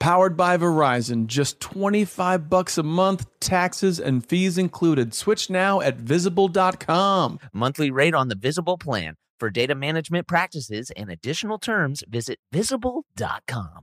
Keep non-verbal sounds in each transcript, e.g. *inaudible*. powered by Verizon. Just 25 bucks a month, taxes and fees included. Switch now at visible.com. Monthly rate on the Visible plan. For data management practices and additional terms, visit visible.com.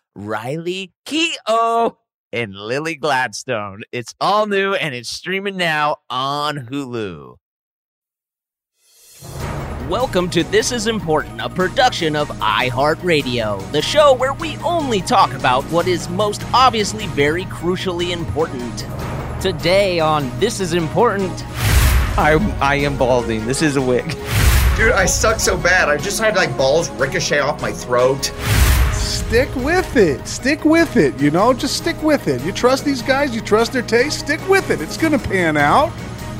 Riley Keough and Lily Gladstone. It's all new and it's streaming now on Hulu. Welcome to This Is Important, a production of iHeartRadio, the show where we only talk about what is most obviously very crucially important. Today on This Is Important, I I am balding. This is a wig. Dude, I suck so bad. I just had like balls ricochet off my throat. Stick with it. Stick with it. You know, just stick with it. You trust these guys, you trust their taste, stick with it. It's going to pan out.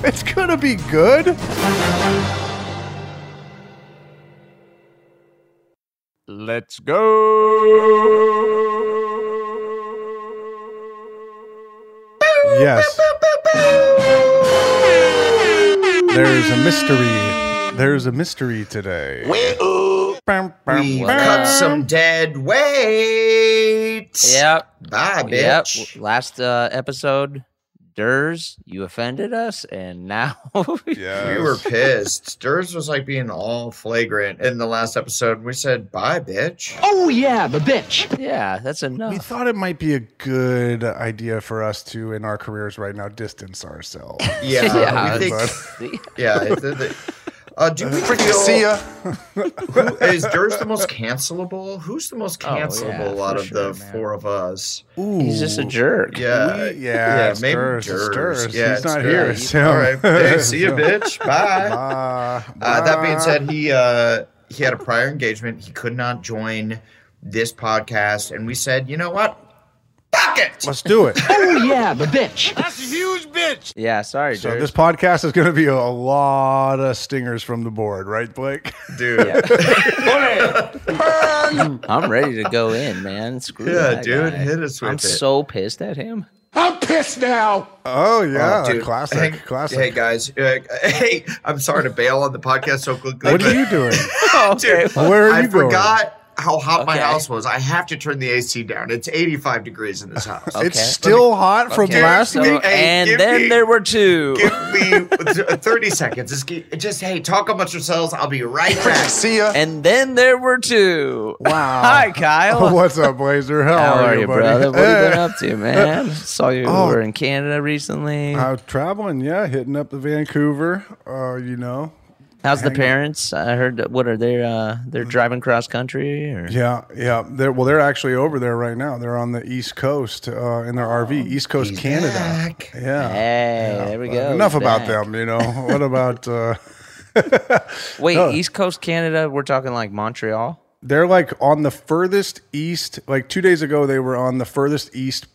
It's going to be good. Let's go. Yes. There's a mystery. There's a mystery today. Bam, bam, We bam. cut some dead weight. Yep. Bye, Yep. bitch. Last uh, episode, Durs, you offended us, and now *laughs* We Yes. were pissed. *laughs* Durs was like being all flagrant in the last episode. We said, bye, bitch. oh yeah, the bitch. yeah, that's we enough. thought it might be a good idea for us to, in our careers right now, distance ourselves. Yeah. Yeah. we think- But- *laughs* yeah. it- it- it- uh, do *laughs* we Freaking *laughs* feel- see ya. who- is Durs the most cancelable? Who's the most Oh, yeah, cancelable out for of sure, the man. four of us? Ooh. He's just a jerk. Yeah. We- yeah, it's maybe Durs, it's Durs. Durs. Yeah, He's it's not Durs. here, it's him. All right. Hey, *laughs* see you, bitch. Bye. Uh, Uh, that being said, he uh, he had a prior engagement. He could not join this podcast, and we said, you know what? Fuck it. let's do it. Oh yeah, the bitch. Yeah, sorry, So Durs. this podcast is going to be a lot of stingers from the board, right, Blake? dude. *laughs* Yeah, *laughs* I'm ready to go in, man. Screw that dude, guy. hit us with I'm it. so pissed at him. Oh yeah, dude. classic, Hey, classic. Hey guys, uh, hey, I'm sorry to bail on the podcast so quickly. what but- are you *laughs* doing? Oh, Dude, Where are I you going? forgot how hot my Okay. house was. I have to turn the AC down. It's 85 degrees in *laughs* this house. Okay. It's still hot from Okay. last So, Give me- week. hey, and give then me- there were two. Give me 30 seconds. Just, gi- just hey, talk amongst yourselves. I'll be right *laughs* back. See ya. and then there were two. Wow. *laughs* Hi, *laughs* Kyle. What's up, Blazer? How, How are you, buddy? brother? What have you been Eh, up to, man? Saw you Oh. Uh, were in Canada recently. *laughs* I'm traveling. Yeah, hitting up the Vancouver. Uh, you know. How's hang the on. Mm. parents? I heard. that- What are they? Uh, they're driving cross country, or Yeah, yeah. They're well. They're actually over there right now. They're on the East Coast uh, in their Oh, RV, East Coast, Canada. back. Yeah. hey, there we But go. Enough about *laughs* Back. them, you know. What about uh, Wait, East Coast Canada, we're talking like Montreal? They're like on the furthest east. Like two days ago, they were on the furthest east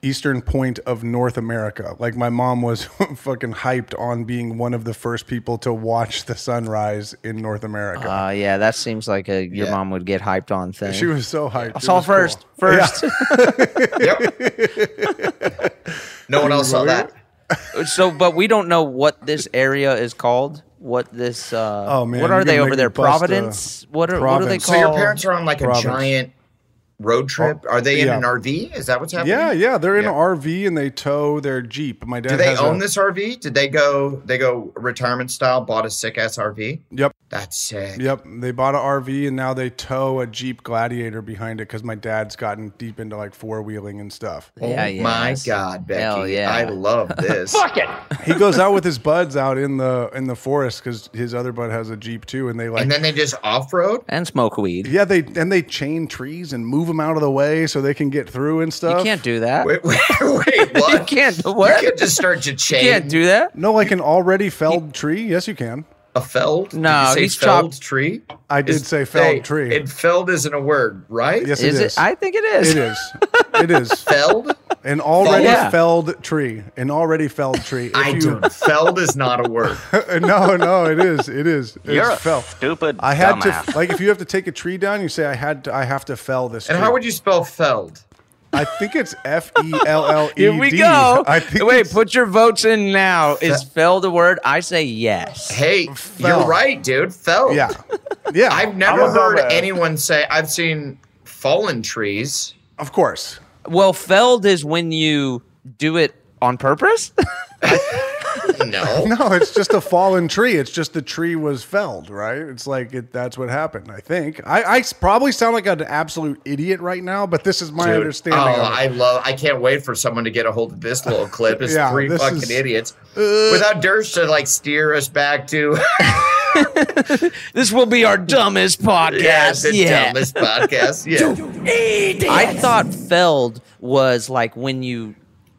eastern point of North America. Like my mom was *laughs* fucking hyped on being one of the first people to watch the sunrise in North America. Uh, yeah, that seems like a your mom would get hyped on *laughs* thing. she was so hyped. Ah, I It saw was cool. first. First. No one else saw that. so, but we don't know what this area is called. What this? Uh, Oh, man, What you're are they gonna over make there? me bust, uh, Providence. what are what are they Providence. called? So So your parents are on like a Province. giant road trip. Are they in Oh, yeah. an RV? Is that what's happening? Yeah, yeah. They're in Yeah. an RV and they tow their Jeep. My dad Do they has a- own this RV? Did they go? They go retirement style. Bought a sick ass RV. Yep. That's sick. Yep, they bought an RV and now they tow a Jeep Gladiator behind it because my dad's gotten deep into like four wheeling and stuff. yeah, yeah. Oh My God, Becky, Hell yeah. *laughs* I love this. Fuck it. He goes out with his buds out in the in the forest because his other bud has a Jeep too, and they like And then they just off road. And smoke weed. yeah they and they chain trees and move them out of the way so they can get through and stuff. You can't do that. Wait, wait, *laughs* wait what? *laughs* You can't. What? You can't just start to You chain can't do that. no like an already felled tree. Yes, you can. a felled. Did No, you say he's felled chopped- tree. I did Is- say felled hey, tree. And felled isn't a word, right? yes, Is it it? is. I think it is. it is. *laughs* It is *laughs* Felled. an already Yeah. felled tree. An already felled tree. If I you- don't. Felled is not a word. *laughs* no, no, it is. It is. It's You're a fell. stupid I had dumbass. to like if you have to take a tree down, you say I had to, I have to fell this. And tree. how would you spell felled? I think it's F E L L E D. Here we go. I think Wait, it's- put your votes in now. Is fell the word? I say yes. Hey, Felled. you're right, dude. Felled. yeah, yeah. I've never a heard dumbass. anyone say. I've seen fallen trees. of course. Well, felled is when you do it on purpose. *laughs* *laughs* No. No, it's just a fallen tree. It's just the tree was felled, right? It's like it, that's what happened. I think I, I s- probably sound like an absolute idiot right now, but this is my Dude. understanding. Oh, of it. I love. I can't wait for someone to get a hold of this little clip. It's Yeah, three this fucking is- uh, idiots. Without Durst to like steer us back to *laughs* This will be our dumbest yeah, podcast. the *laughs* dumbest podcast. Yeah, I thought felled was like when you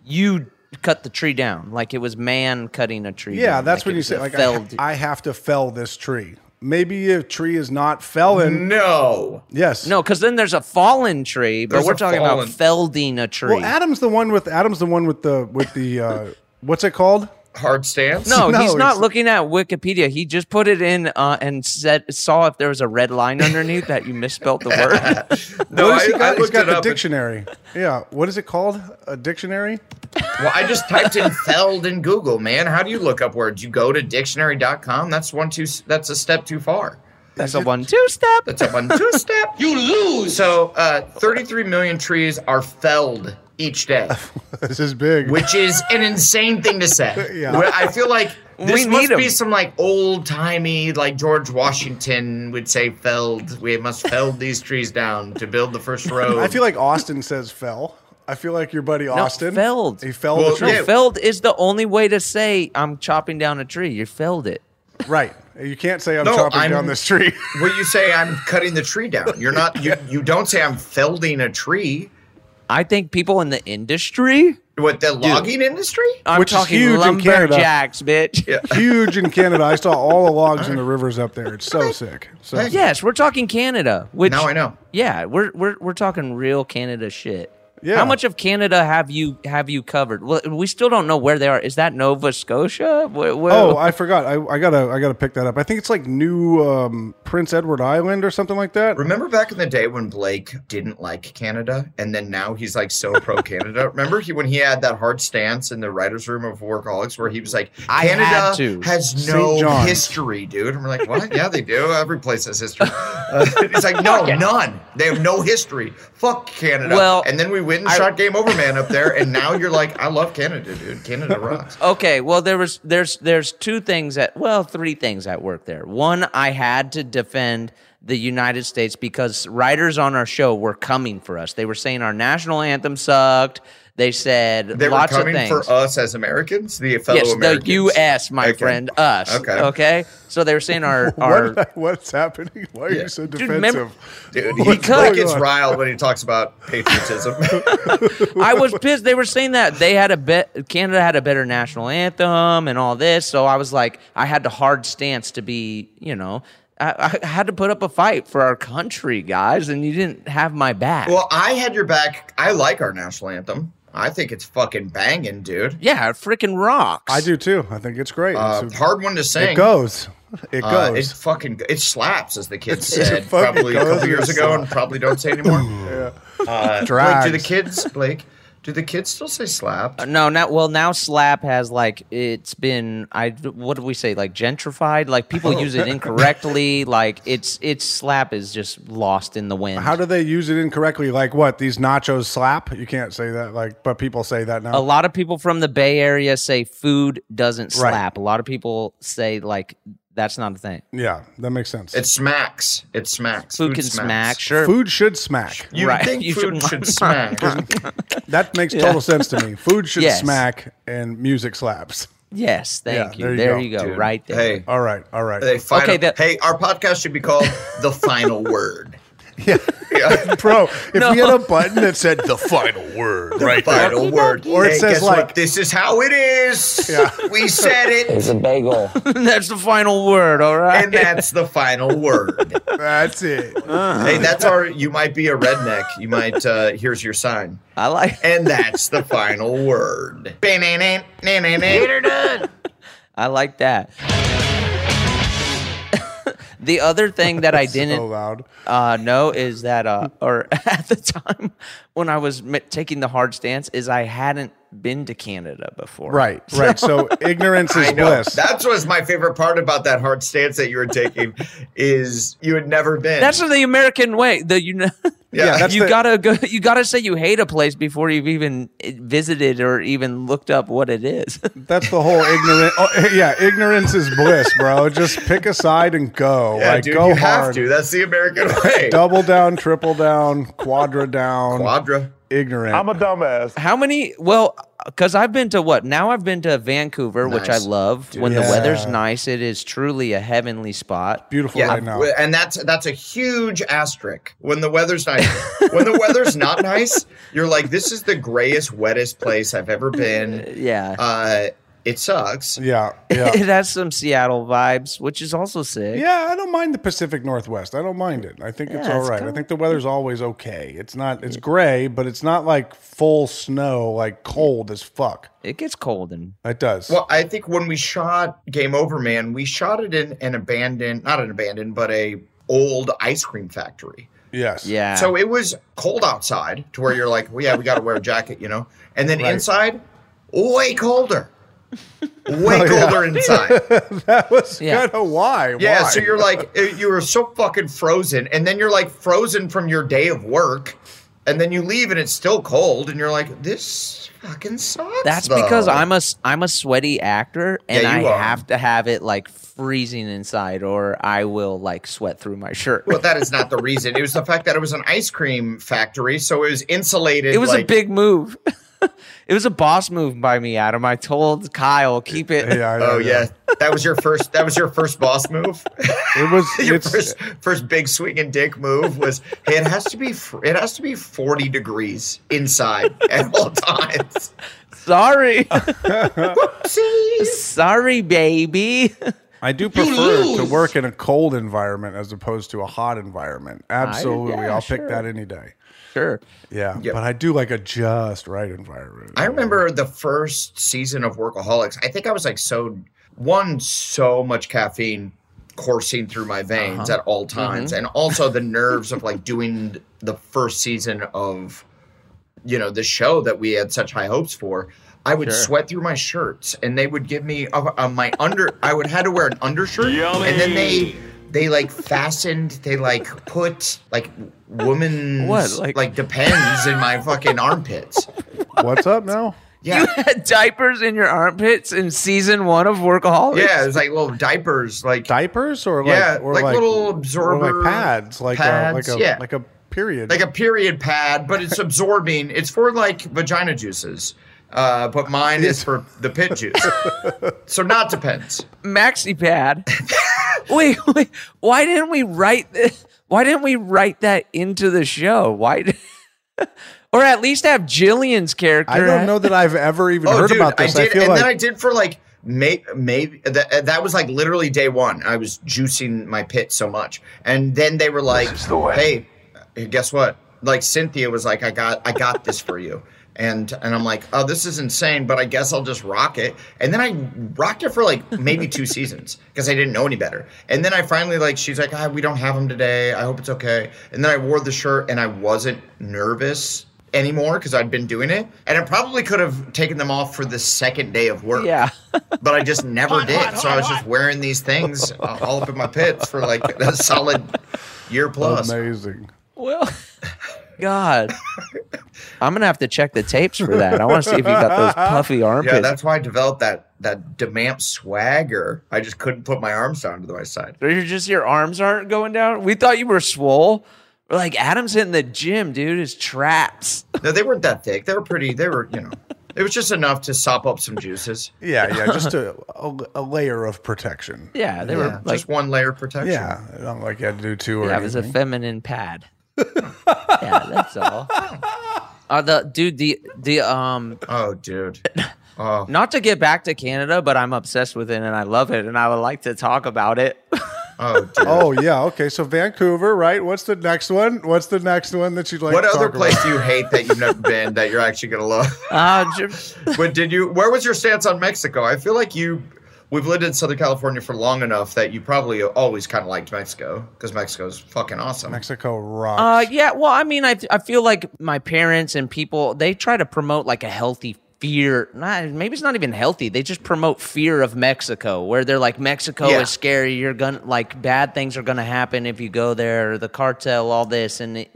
you cut the tree down, like it was man cutting a tree. yeah, down, that's like when it you was say a like I, felled. I have to fell this tree. Maybe a tree is not felling. no. Yes. Mm-hmm. no, because then there's a fallen tree, but There's we're a talking fallen- about felding a tree. Well, Adam's the one with Adam's the one with the with the uh, what's it called? Hard stance. *laughs* no, No, he's not it's- looking at Wikipedia. He just put it in uh, and said saw if there was a red line underneath that you misspelled the *laughs* word. no. What has he got? He's got the up and- dictionary. Yeah. What is it called? A dictionary? *laughs* Well, I just typed in felled in Google, man. How do you look up words? You go to dictionary.com. That's one two that's a step too far. That's a one-two step. That's a one two step. You lose. So uh 33 million trees are felled each day, *laughs* This is big. which is an insane thing to say. *laughs* Yeah. Well, I feel like this We must need 'em. be some like old timey, like George Washington would say felled. We must felled these trees down to build *laughs* the first road. I feel like Austin says fell. I feel like your buddy Austin felled. He fell Well, the tree. yeah. Felled is the only way to say I'm chopping down a tree. You felled it. Right. You can't say I'm No, chopping I'm- down this *laughs* tree. Well, you say I'm cutting the tree down. You're not you you don't say I'm felding a tree. I think people in the industry. What the logging industry? I'm Which is talking huge in Canada. lumberjacks, bitch. Huge in Canada. I saw all the logs in the rivers up there. It's so sick. So Hey. Yes, we're talking Canada. Which Now I know. Yeah, we're we're we're talking real Canada shit. Yeah. How much of Canada have you have you covered? Well, we still don't know where they are. Is that Nova Scotia? Wh- wh- Oh, I forgot. I, I gotta I gotta pick that up. I think it's like New um, Prince Edward Island or something like that. Remember back in the day when Blake didn't like Canada, and then now he's *laughs* like so pro Canada. Remember he when he had that hard stance in the writers' room of Workaholics, where he was like, I had "Canada to. has St. no John's. history, dude." And we're like, "What? yeah, they do. Every place *laughs* has history." *laughs* Uh, he's like, "No, none. They have no history. Fuck Canada." Well, and then we went and I- shot Game Over Man up there, and now you're like, "I love Canada, dude. *laughs* Canada rocks." Okay, well there was there's there's two things that well three things at work there. One, I had to defend the United States because writers on our show were coming for us. They were saying our national anthem sucked. They said They lots were coming of things. for us as Americans, the fellow yes, Americans. the U.S., my Okay. friend, us. Okay. Okay. Okay. So they were saying *laughs* our What, our *laughs* what's happening? Why are Yeah. you so Dude, defensive? remember- Dude, he, What's Blake going gets on? riled when he talks about *laughs* patriotism. I was pissed. They were saying that they had a bet. Canada had a better national anthem and all this. So I was like, I had to hard stance to be, you know, I, I had to put up a fight for our country, guys. And you didn't have my back. well, I had your back. I like our national anthem. I think it's fucking banging, dude. yeah, it freaking rocks. I do too. I think it's great. Uh, It's a- hard one to sing. it goes. It Uh, it goes. fucking it slaps, as *laughs* the kids It said fucking probably a goes couple and years it ago, and probably don't say anymore. uh, Blake, do the Drags. *laughs* kids, Blake? Do the kids still say slapped? No, not well. Now slap has like it's been. I what do we say? Like gentrified. Like people *laughs* use it incorrectly. like it's it's slap is just lost in the wind. How do they use it incorrectly? Like what? These nachos slap? You can't say that. Like, but people say that now. a lot of people from the Bay Area say food doesn't Right. slap. A lot of people say like that's not a thing. yeah, that makes sense. It smacks. It smacks. Food, can smack, sure. Food should smack. You Right. think *laughs* You food should- *laughs* should smack? That makes total sense to me. Food should Yes. smack and music slaps. Yes, thank Yeah, you. There you go, Dude, right there. Hey, All right, all right. they final, Okay, that- hey, our podcast should be called The Final Word. *laughs* Bro, if we had a button that said the final word, right? Final Word. Or it Hey, says guess what? like- this is how it is. We said it, *laughs* that's the final word. All right. and that's the final word. *laughs* That's it. hey, that's our. You might be a redneck. You might. Uh, here's your sign. I like. *laughs* And that's the final word. I like that. *laughs* the other thing that I *laughs* didn't so loud. uh, know is that, uh, or *laughs* at the time when I was ma- taking the hard stance, is I hadn't been to Canada before. Right, right. So *laughs* ignorance is I know. bliss. That's was my favorite part about that hard stance that you were taking is you had never been. That's the American way. The you know, yeah, that's you the- gotta go. You gotta say you hate a place before you've even visited or even looked up what it is. *laughs* That's the whole ignorant. Oh, *laughs* yeah, ignorance is bliss, bro. Just pick a side and go. yeah, like dude, go you hard. have to. That's the American way. Double down, triple down, quadra down. Quadra. ignorant. I'm a dumbass. How many? Well, because I've been to what? Now I've been to Vancouver, which I Nice. love. when the Yeah. weather's nice, it is truly a heavenly spot. Beautiful Yeah, right now. and that's that's a huge asterisk. When the weather's nice, when the *laughs* weather's not nice, you're like, this is the grayest, wettest place I've *laughs* ever been. *laughs* Yeah. Uh, it sucks. Yeah, yeah. *laughs* it has some Seattle vibes, which is also sick. Yeah, I don't mind the Pacific Northwest. I don't mind it. I think it's Yeah, all it's right. I cool. think the weather's always okay. It's not it's gray, but it's not like full snow, like cold as fuck. It gets cold and It does. Well, I think when we shot Game Over Man, we shot it in an abandoned, not an abandoned, but a old ice cream factory. yes. yeah. *laughs* So it was cold outside to where you're like, well, yeah, we got to wear a jacket, you know? And then Right. inside, way *laughs* colder. Way Oh, yeah. colder inside. *laughs* That was Yeah. kind of why. Yeah, why? so you're like uh, you were so fucking frozen, and then you're like frozen from your day of work, and then you leave and it's still cold, and you're like, this fucking sucks. that's because though." I'm a s- I'm a sweaty actor and Yeah, I you are. have to have it like freezing inside or I will like sweat through my shirt. Well, that is not the reason. It was the fact that it was an ice cream factory, so it was insulated. it was a like- big move. *laughs* it was a boss move by me, Adam. I told Kyle keep it. Yeah, I know, Oh yeah, *laughs* that was your first. That was your first boss move. *laughs* It was your it's first first big swing and dick move was hey, it has to be fr- it has to be forty degrees inside at *laughs* all times. Sorry. See, Sorry, baby. *laughs* I do prefer to work in a cold environment as opposed to a hot environment. Absolutely. yeah, I'll sure. pick that any day. Sure. Yeah. Yep. But I do like a just right environment. I remember the first season of Workaholics. I think I was like so one so much caffeine coursing through my veins Uh-huh. at all times, Mm-hmm. and *laughs* also the nerves of like doing the first season of you know the show that we had such high hopes for. I would sweat through my shirts, and they would give me uh, uh, my under. I would had to wear an undershirt, and then they they like fastened. They like put like woman's What, like, like- depends in my fucking armpits. *laughs* What's up now? Yeah, *laughs* You had diapers in your armpits in season one of Oh, Workaholics. Yeah, it was like little diapers, like diapers or like yeah, or like, little absorber or like pads, like a, like pads, a yeah. like a period. like a period pad, but it's absorbing. It's for like vagina juices, uh, but mine is for the pit juice. so not depends. maxi *laughs* pad. wait, wait, why didn't we write this? Why didn't we write that into the show? Why, d- *laughs* or at least have Jillian's character? I don't know that I've ever even heard about this. Oh, I I, did, feel and like then I did for like may, maybe that that was like literally day one. I was juicing my pit so much, and then they were like, "Hey, guess what?" Like Cynthia was like, "I got I got this for you." And, and I'm like, oh, this is insane, but I guess I'll just rock it. And then I rocked it for like maybe two *laughs* seasons because I didn't know any better. And then I finally like, she's like, ah, we don't have them today. I hope it's okay. And then I wore the shirt and I wasn't nervous anymore because I'd been doing it, and I probably could have taken them off for the second day of work. Yeah. but I just never did. so I was just wearing these things uh, all up in my pits for like a solid year plus. amazing. Well, God, I'm gonna have to check the tapes for that. I want to see if you got those puffy armpits. *laughs* yeah, that's why I developed that that Demamp swagger. I just couldn't put my arms down to the side. Or You're just your arms aren't going down. We thought you were swole. We're like Adam's hitting the gym, dude. *laughs* His traps. No, they weren't that thick. They were pretty. They were, you know, it was just enough to sop up some juices. Yeah, yeah, just *laughs* a, a, a layer of protection. Yeah, they were like just one layer of protection. Yeah, I don't like you had to do two or Yeah, it was a anything. *laughs* feminine pad. yeah, that's all. Uh, the dude, the the um, Oh, dude. Oh, not to get back to Canada, but I'm obsessed with it and I love it and I would like to talk about *laughs* it. oh, dude. oh yeah, okay. So Vancouver, right? What's the next one? What's the next one that you'd like? what to other talk place About? do you hate that you've never been that you're actually gonna love? Uh, j- but did you where was your stance on mexico i feel like you we've lived in southern california for long enough that you probably always kind of liked mexico because mexico's fucking awesome Mexico rocks. uh, yeah, well, I mean, I I feel like my parents and people they try to promote like a healthy fear. Not maybe it's not even healthy. They just promote fear of Mexico, where they're like Mexico Yeah. is scary. You're gonna like bad things are gonna happen if you go there. The cartel, all this, and it,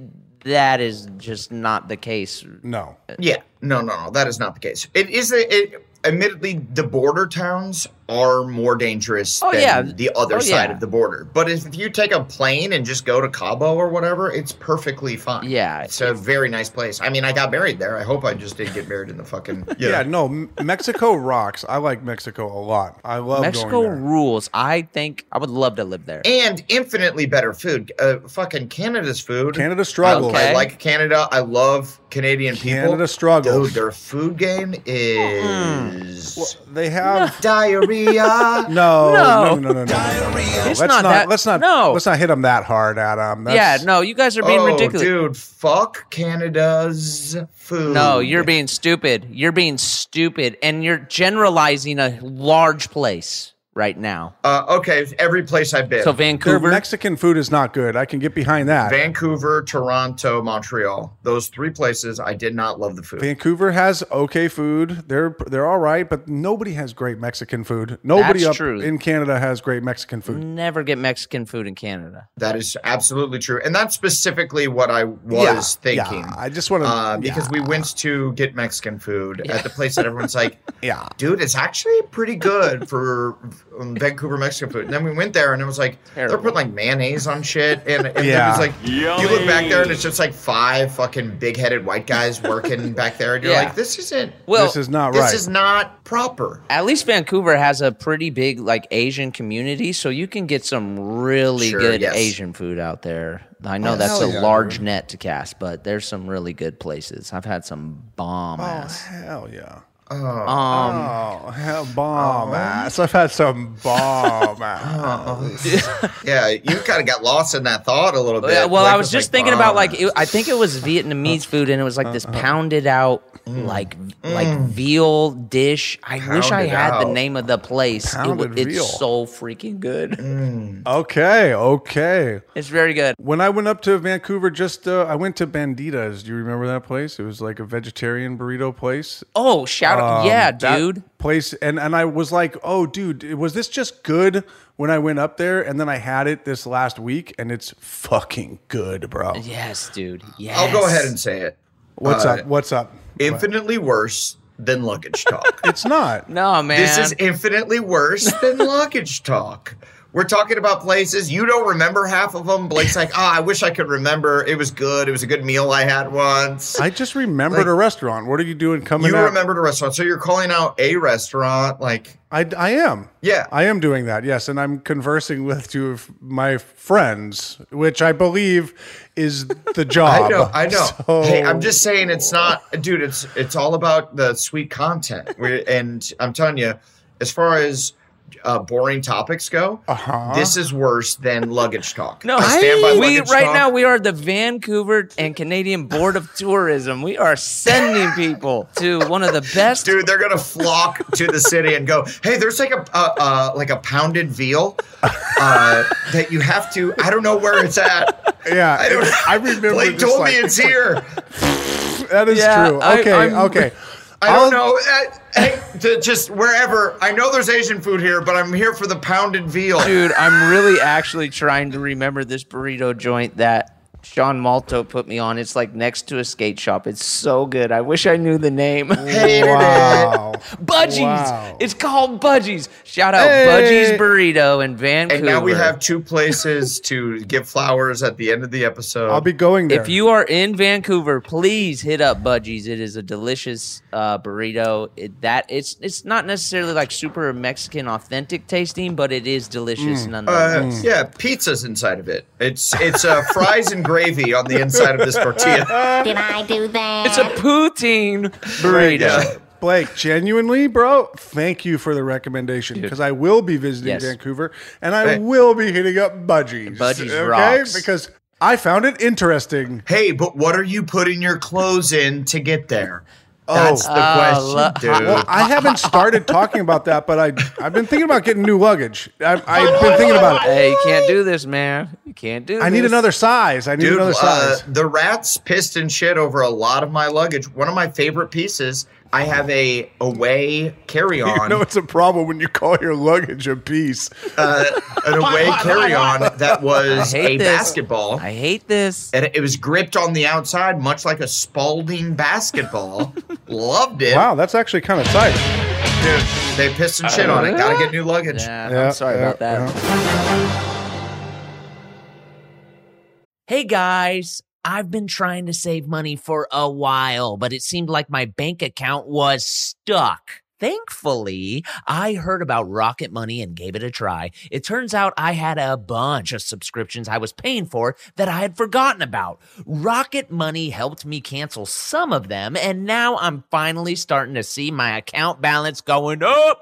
that is just not the case no, yeah no no no that is not the case it is the- it admittedly the border towns are more dangerous Oh, than yeah. the other Oh, side yeah. of the border but if you take a plane and just go to cabo or whatever it's perfectly fine Yeah. it's a very nice place i mean i got married there i hope i just didn't get married in the fucking you yeah, no. know, M- Mexico rocks. I like Mexico a lot. I love Mexico Going there. rules. I think I would love to live there. and infinitely better food. Uh, fucking Canada's food. Canada struggles. Okay. I like Canada. I love Canadian people. Canada struggles. Dude, their food game is Mm. They have *laughs* diarrhea. *laughs* no, No. no, no, no, no, no, no, no, no. Let's not not, that- let's not no. let's not hit them that hard, Adam. yeah, That's, no, you guys are being oh, ridiculous. dude, fuck Canada's food. No, you're being stupid. You're being stupid, and you're generalizing a large place right now. Uh, okay, every place I've been. So Their Vancouver, Mexican food is not good. I can get behind that. Vancouver, Toronto, Montreal. Those three places I did not love the food. Vancouver has okay food. They're they're all right, but nobody has great Mexican food. Nobody That's up true. in Canada has great Mexican food. never get Mexican food in Canada. that is absolutely true. And that's specifically what I was yeah, thinking. I just want to uh, because we went to get Mexican food at the place that everyone's like, Yeah. dude, it's actually pretty good for um, Vancouver Mexican food." And then we went there, and it was like they're putting like mayonnaise on shit, and, and Yeah. it was like you look back there, and it's just like five fucking big-headed white guys *laughs* working back there, and you're Yeah. like, "This isn't." Well, this is not this right. is not proper. at least Vancouver has a pretty big like Asian community, so you can get some really Sure, good yes. Asian food out there. I know that's a hell Oh, yeah, large net to cast, but there's some really good places. I've had some bomb ass. Oh, hell yeah. Um, Oh, hell, bomb Oh. ass. I've had some bomb *laughs* ass. Yeah, you kind of got lost in that thought a little bit. Yeah, well, Blake I was just thinking about like it, I think it was *laughs* Vietnamese food, and it was like this Uh-huh. pounded out Mm. like like veal dish. I wish I Pounded had the out. name of the place. It, wa- Pounded veal. it's so freaking good. Mm. Oh. Okay, okay. It's very good. When I went up to Vancouver, just uh, I went to Banditas. Do you remember that place? It was like a vegetarian burrito place. Oh, shout out, Um, yeah, that dude. Place and and I was like, oh, dude, was this just good when I went up there? And then I had it this last week, and it's fucking good, bro. Yes, dude. Yes. I'll go ahead and say it. What's Uh, up? What's up? Infinitely worse than *laughs* luggage talk. It's not. No, *laughs* man. This is infinitely worse than luggage talk. We're talking about places. You don't remember half of them. Blake's like, ah, I wish I could remember. It was good. It was a good meal I had once. I just remembered a restaurant. What are you doing coming you out? remembered a restaurant. So you're calling out a restaurant. Like, I, I am. Yeah. I am doing that. Yes. And I'm conversing with two of my friends, which I believe is the job. *laughs* I know, I know. *laughs* So- Hey, I'm just saying it's not, dude. It's it's all about the sweet content. we and I'm telling you, as far as uh, boring topics go, Uh-huh. this is worse than luggage talk. No, I stand by we luggage right talk. now we are the Vancouver and Canadian Board of Tourism. We are sending people to one of the best. dude. They're gonna flock to the city and go, "Hey, there's like a uh, uh, like a pounded veal uh, that you have to. I don't know where it's at. yeah. I don't. *laughs* I remember. Blake just told like- me it's here. That is Yeah, true. I- Okay. I'm- okay. I don't I'll- *laughs* know. Uh, hey, to just wherever. I know there's Asian food here, but I'm here for the pounded veal. Dude, I'm really actually trying to remember this burrito joint that Sean Malto put me on. It's like next to a skate shop. It's so good. I wish I knew the name. Hated it. Wow. Budgies. Wow. It's called Budgies. Shout out Hey. Budgies Burrito in Vancouver. And now we have two places to give flowers at the end of the episode. I'll be going there. If you are in Vancouver, please hit up Budgies. It is a delicious uh, burrito. It, that it's it's not necessarily like super Mexican authentic tasting, but it is Mm. delicious nonetheless. Uh, Yeah, pizza's inside of it. It's it's uh, fries and gravy on the inside of this *laughs* tortilla. Did I do that? it's a poutine burrito. Yeah. Blake, genuinely, bro, thank you for the recommendation because I will be visiting Yes. Vancouver and I Hey. will be hitting up Budgies. Budgies rocks. Because I found it interesting. Hey, but what are you putting your clothes in to get there? That's Oh. the Oh, question, *laughs* dude. Well, I haven't started talking about that, but I I've been thinking about getting new luggage. I, I've been thinking about it. Hey, you can't do this, man. You can't do. I need this. another size. I need Dude, another uh, size. the rats pissed and shit over a lot of my luggage. One of my favorite pieces. I have a away carry-on. *laughs* You know it's a problem when you call your luggage a piece. uh, an away carry-on that *laughs* was I hate a this. basketball. I hate this. and it was gripped on the outside, much like a Spalding *laughs* basketball. Loved it. Wow, that's actually kind of tight. Dude, they pissed some shit on it. Gotta get new luggage. Uh, Yeah, Yeah, I'm sorry yeah, about that. Hey guys, I've been trying to save money for a while, but it seemed like my bank account was stuck. Thankfully, I heard about Rocket Money and gave it a try. It turns out I had a bunch of subscriptions I was paying for that I had forgotten about. Rocket Money helped me cancel some of them, and now I'm finally starting to see my account balance going up.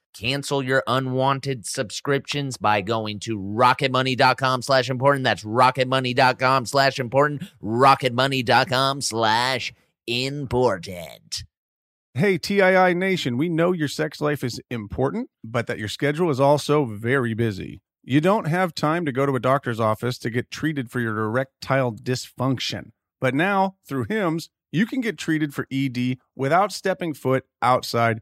Cancel your unwanted subscriptions by going to rocketmoney.com slash important. That's rocketmoney.com slash important. Rocketmoney.com slash important. Hey, TII Nation, we know your sex life is important, but that your schedule is also very busy. You don't have time to go to a doctor's office to get treated for your erectile dysfunction. But now, through HIMS, you can get treated for ED without stepping foot outside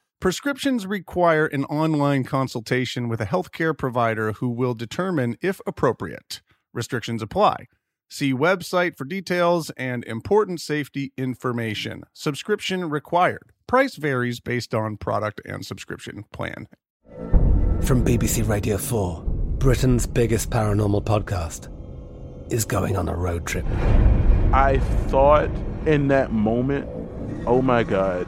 Prescriptions require an online consultation with a healthcare provider who will determine if appropriate. Restrictions apply. See website for details and important safety information. Subscription required. Price varies based on product and subscription plan. From BBC Radio 4, Britain's biggest paranormal podcast is going on a road trip. I thought in that moment, oh my God,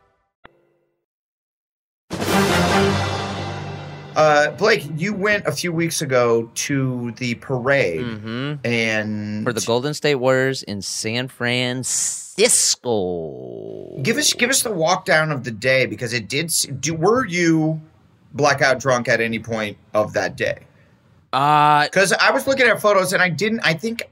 Uh, Blake, you went a few weeks ago to the parade Mm-hmm. and For the Golden State Warriors in San Francisco. give us give us the walk down of the day because it did. se- Do were you blackout drunk at any point of that day? Uh, Because I was looking at photos and I didn't. I think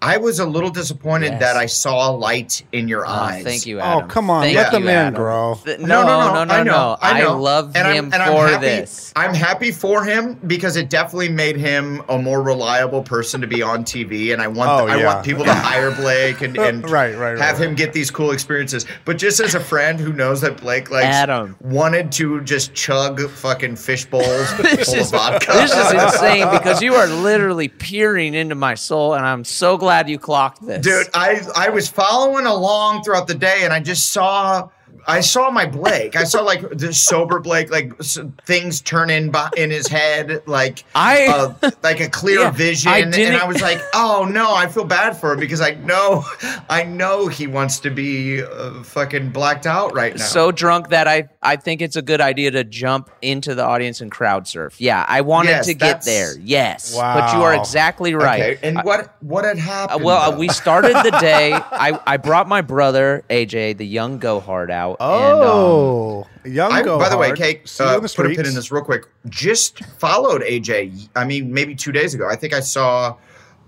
I was a little disappointed Yes. that I saw light in your oh, eyes. thank you, Oh, Adam. come on. Thank let the you, man Adam. grow. um, Th- no, no, no, no, no. I, love And I'm- him and I'm for happy- this. I'm happy for him because it definitely made him a more reliable person to be on TV. And I want Oh, I yeah. want people to hire Blake and, *laughs* and Right, right, right, have him right. get these cool experiences. But just as a friend who knows that Blake likes Adam. wanted to just chug fucking fish *laughs* bowls full is- of vodka. This *laughs* is insane because you are literally peering into my soul, and I'm so glad you clocked this, Dude, I I was following along throughout the day, and I just saw I saw my Blake. I saw like the sober Blake, like s- things turn in by, in his head, like I- uh, like a clear Yeah, vision. I and didn't- I was like, oh no, I feel bad for him because I know I know he wants to be uh, fucking blacked out right now. So drunk that I I think it's a good idea to jump into the audience and crowd surf. Yeah, I wanted Yes, to get that's- there. Yes, but you are Wow. exactly right. Okay, And I- what what had Uh, happened? well, uh, though? we started the day. I, I brought my brother AJ, the young Gohard, out. and, um, Oh, young I, go by the way, hard. Kate, See you uh, in the put a pin in streets. this real quick. Just followed AJ. I mean, maybe two days ago. I think I saw.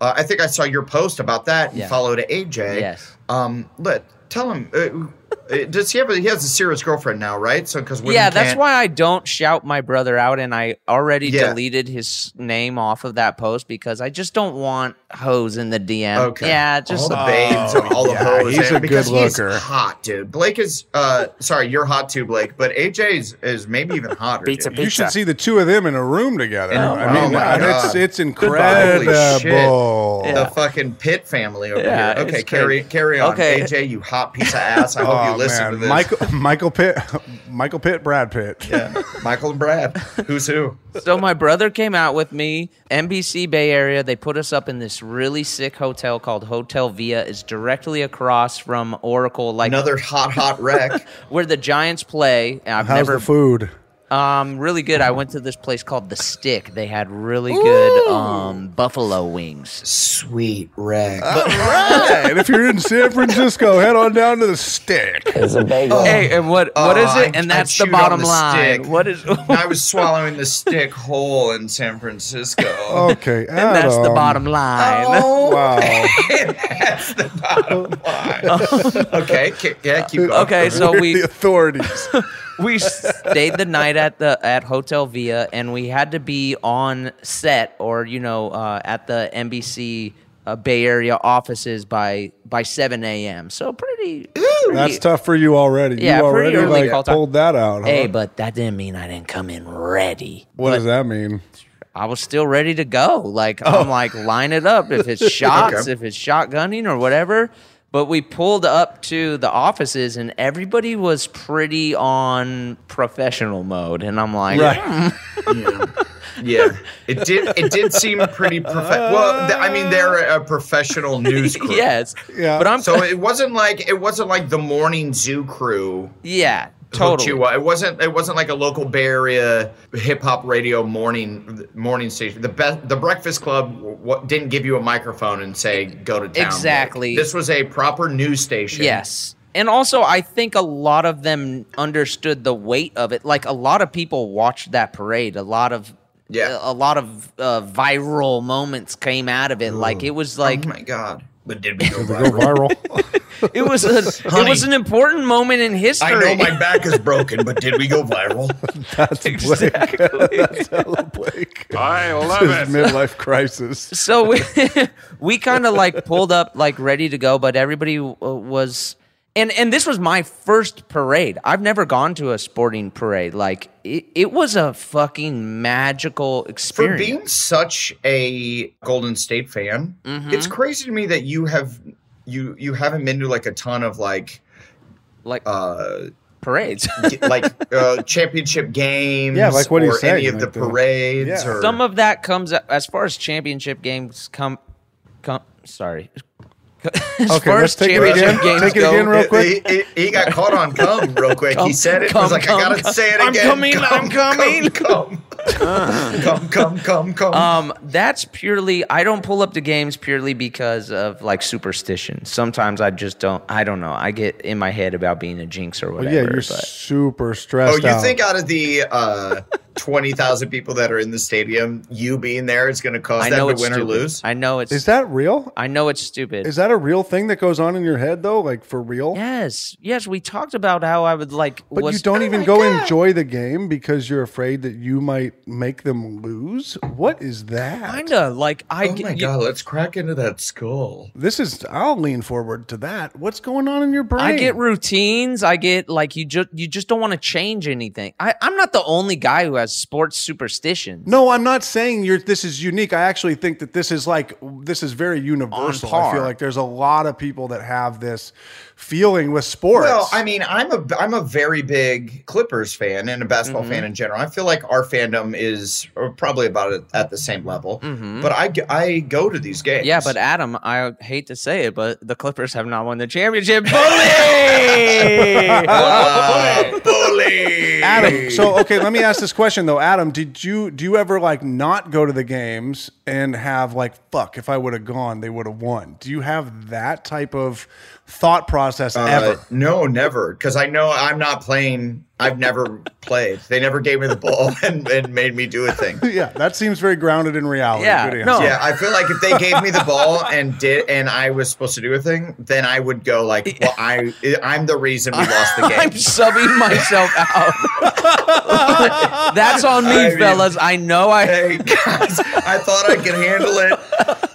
Uh, I think I saw your post about that and Yeah. followed AJ. Yes. Um, let tell him. Uh, uh, does he have? A, he has a serious girlfriend now, right? So because yeah, that's why I don't shout my brother out, and I already Yeah. deleted his name off of that post because I just don't want hoes in the DM. Okay. Yeah, just all the babes and all the Oh, yeah, hoes. he's and- a because good he's looker. hot, dude. Blake is. Uh, sorry, you're hot too, Blake. But AJ is, is maybe even hotter. Pizza, dude. You should see the two of them in a room together. In a I room. mean, Oh my it's God. it's Holy shit. incredible. The fucking Pitt family over Yeah, here. Okay, it's crazy. carry carry on. Okay. AJ, you hot piece of ass. I hope you listen to this. Oh, Michael *laughs* Michael Pitt, Michael Pitt, Brad Pitt. *laughs* Yeah, Michael and Brad. Who's who? so my brother came out with me nbc bay area they put us up in this really sick hotel called hotel via is directly across from oracle like Another hot, hot wreck. where the giants play And i've How's never the food? um really good i went to this place called the stick they had really good um buffalo wings Sweet wreck. Oh, and if you're in San Francisco, head on down to the stick. hey and what what is Oh, it I- and I that's chewed the on bottom the line stick. what is But *laughs* I was swallowing the stick whole in San Francisco. Okay, and *laughs* that's the Adam. bottom line Wow. That's the bottom line. *laughs* okay, ki- yeah, keep going. okay so We're we *laughs* the authorities. we stayed the night at the at Hotel Via, and we had to be on set or you know uh, at the NBC uh, Bay Area offices by by 7 a.m. So pretty. That's tough for you already. Yeah, you already pretty early call like time. pulled that out. Huh? Hey, but that didn't mean I didn't come in ready. what does that mean? I was still ready to go. Like Oh. I'm like line it up if *laughs* it's shots, Okay. if it's shotgunning or whatever. But we pulled up to the offices and everybody was pretty on professional mode, and I'm like, Right. "Hmm." Yeah, it did. It did seem pretty professional. Well, th- I mean, they're a *laughs* professional news crew. Yes. Yeah. But I'm- so it wasn't like it wasn't like the morning zoo crew. yeah, hooked totally. you up. It wasn't. It wasn't like a local Bay Area hip hop radio morning morning station. The best, the Breakfast Club, what didn't give you a microphone and say go to town. E, Exactly. This was a proper news station. Yes. And also, I think a lot of them understood the weight of it. Like a lot of people watched that parade. A lot of Yeah. a lot of uh, viral moments came out of it. Like it was like oh my god. But did we go Go *laughs* viral? viral. it was a, it *laughs* Honey. was an important moment in I history. know my back is broken, but did we go viral? That's Blake. That's hella Blake. I love it. His midlife crisis. *laughs* so we, *laughs* we kind of like pulled up like ready to go but everybody uh, was and and this was my first parade i've never gone to a sporting parade like it, it was a fucking magical For experience being such a Golden State fan, Mm-hmm. it's crazy to me that you have you you haven't been to like a ton of like like uh *laughs* parades *laughs* g- like uh championship games Yeah, like what or he's saying, any of like the the- parades Yeah. or some of that comes as far as championship games come come sorry *laughs* as Okay, let's take it again. Take it again real quick. He, he- he got caught on cum real quick. Cum, he said it. cum, he was like, cum, I gotta cum. say it I'm again. coming, I'm coming. Uh-huh. Cum, cum, cum, cum, cum, cum. Um, that's purely. I don't pull up the games purely because of like superstition. Sometimes I just don't. I don't know. I get in my head about being a jinx or Well, whatever. *laughs* yeah, you're but super oh, stressed you out. think out of the uh, 20,000 people that are in the stadium, you being there is gonna cause I them know to it's win or stupid. lose? Oh I know it's. Is that real? I know it's stupid. Is that a real thing that goes on in your head though? Like for real? yes, yes. We talked about how I would like. But was, Oh you don't even go enjoy the game because you're afraid that you might make them lose. What is that? Kinda like I. oh get- my you- god, let's crack into that skull. This is. I'll lean forward to that. What's going on in your brain? I get routines. I get like you just you just don't want to change anything. I, I'm not the only guy who has sports superstitions. No, I'm not saying you're. This is unique. I actually think that this is like this is very universal. I par. feel like there's a lot of people that have this feeling with sports. Well, I mean, I'm a I'm a very big Clippers fan and a basketball Mm-hmm. fan in general. I feel like our fandom is uh, probably about at- at the same level. But I g- I go to these games. Mm-hmm. Yeah, but Adam, I hate to say it, but the Clippers have not won the championship. Bully! Uh, bully. Adam. So okay, let me ask this question though. Adam, did you do you ever like not go to the games and have like fuck if I would have gone they would have won? Do you have that type of thought process Uh, ever? No, never. Because I know I'm not playing. I've never played. They never gave me the ball *laughs* and, and made me do a thing. Yeah, that seems very grounded in reality. Yeah, Good no. answer. Yeah, I feel like if they gave me the ball and did, and I was supposed to do a thing, then I would go *laughs* like, "Well, I, I'm the reason we lost the game." I'm *laughs* subbing myself *laughs* out. That's on me, I mean- fellas. I know I. Hey guys, I thought I could handle it.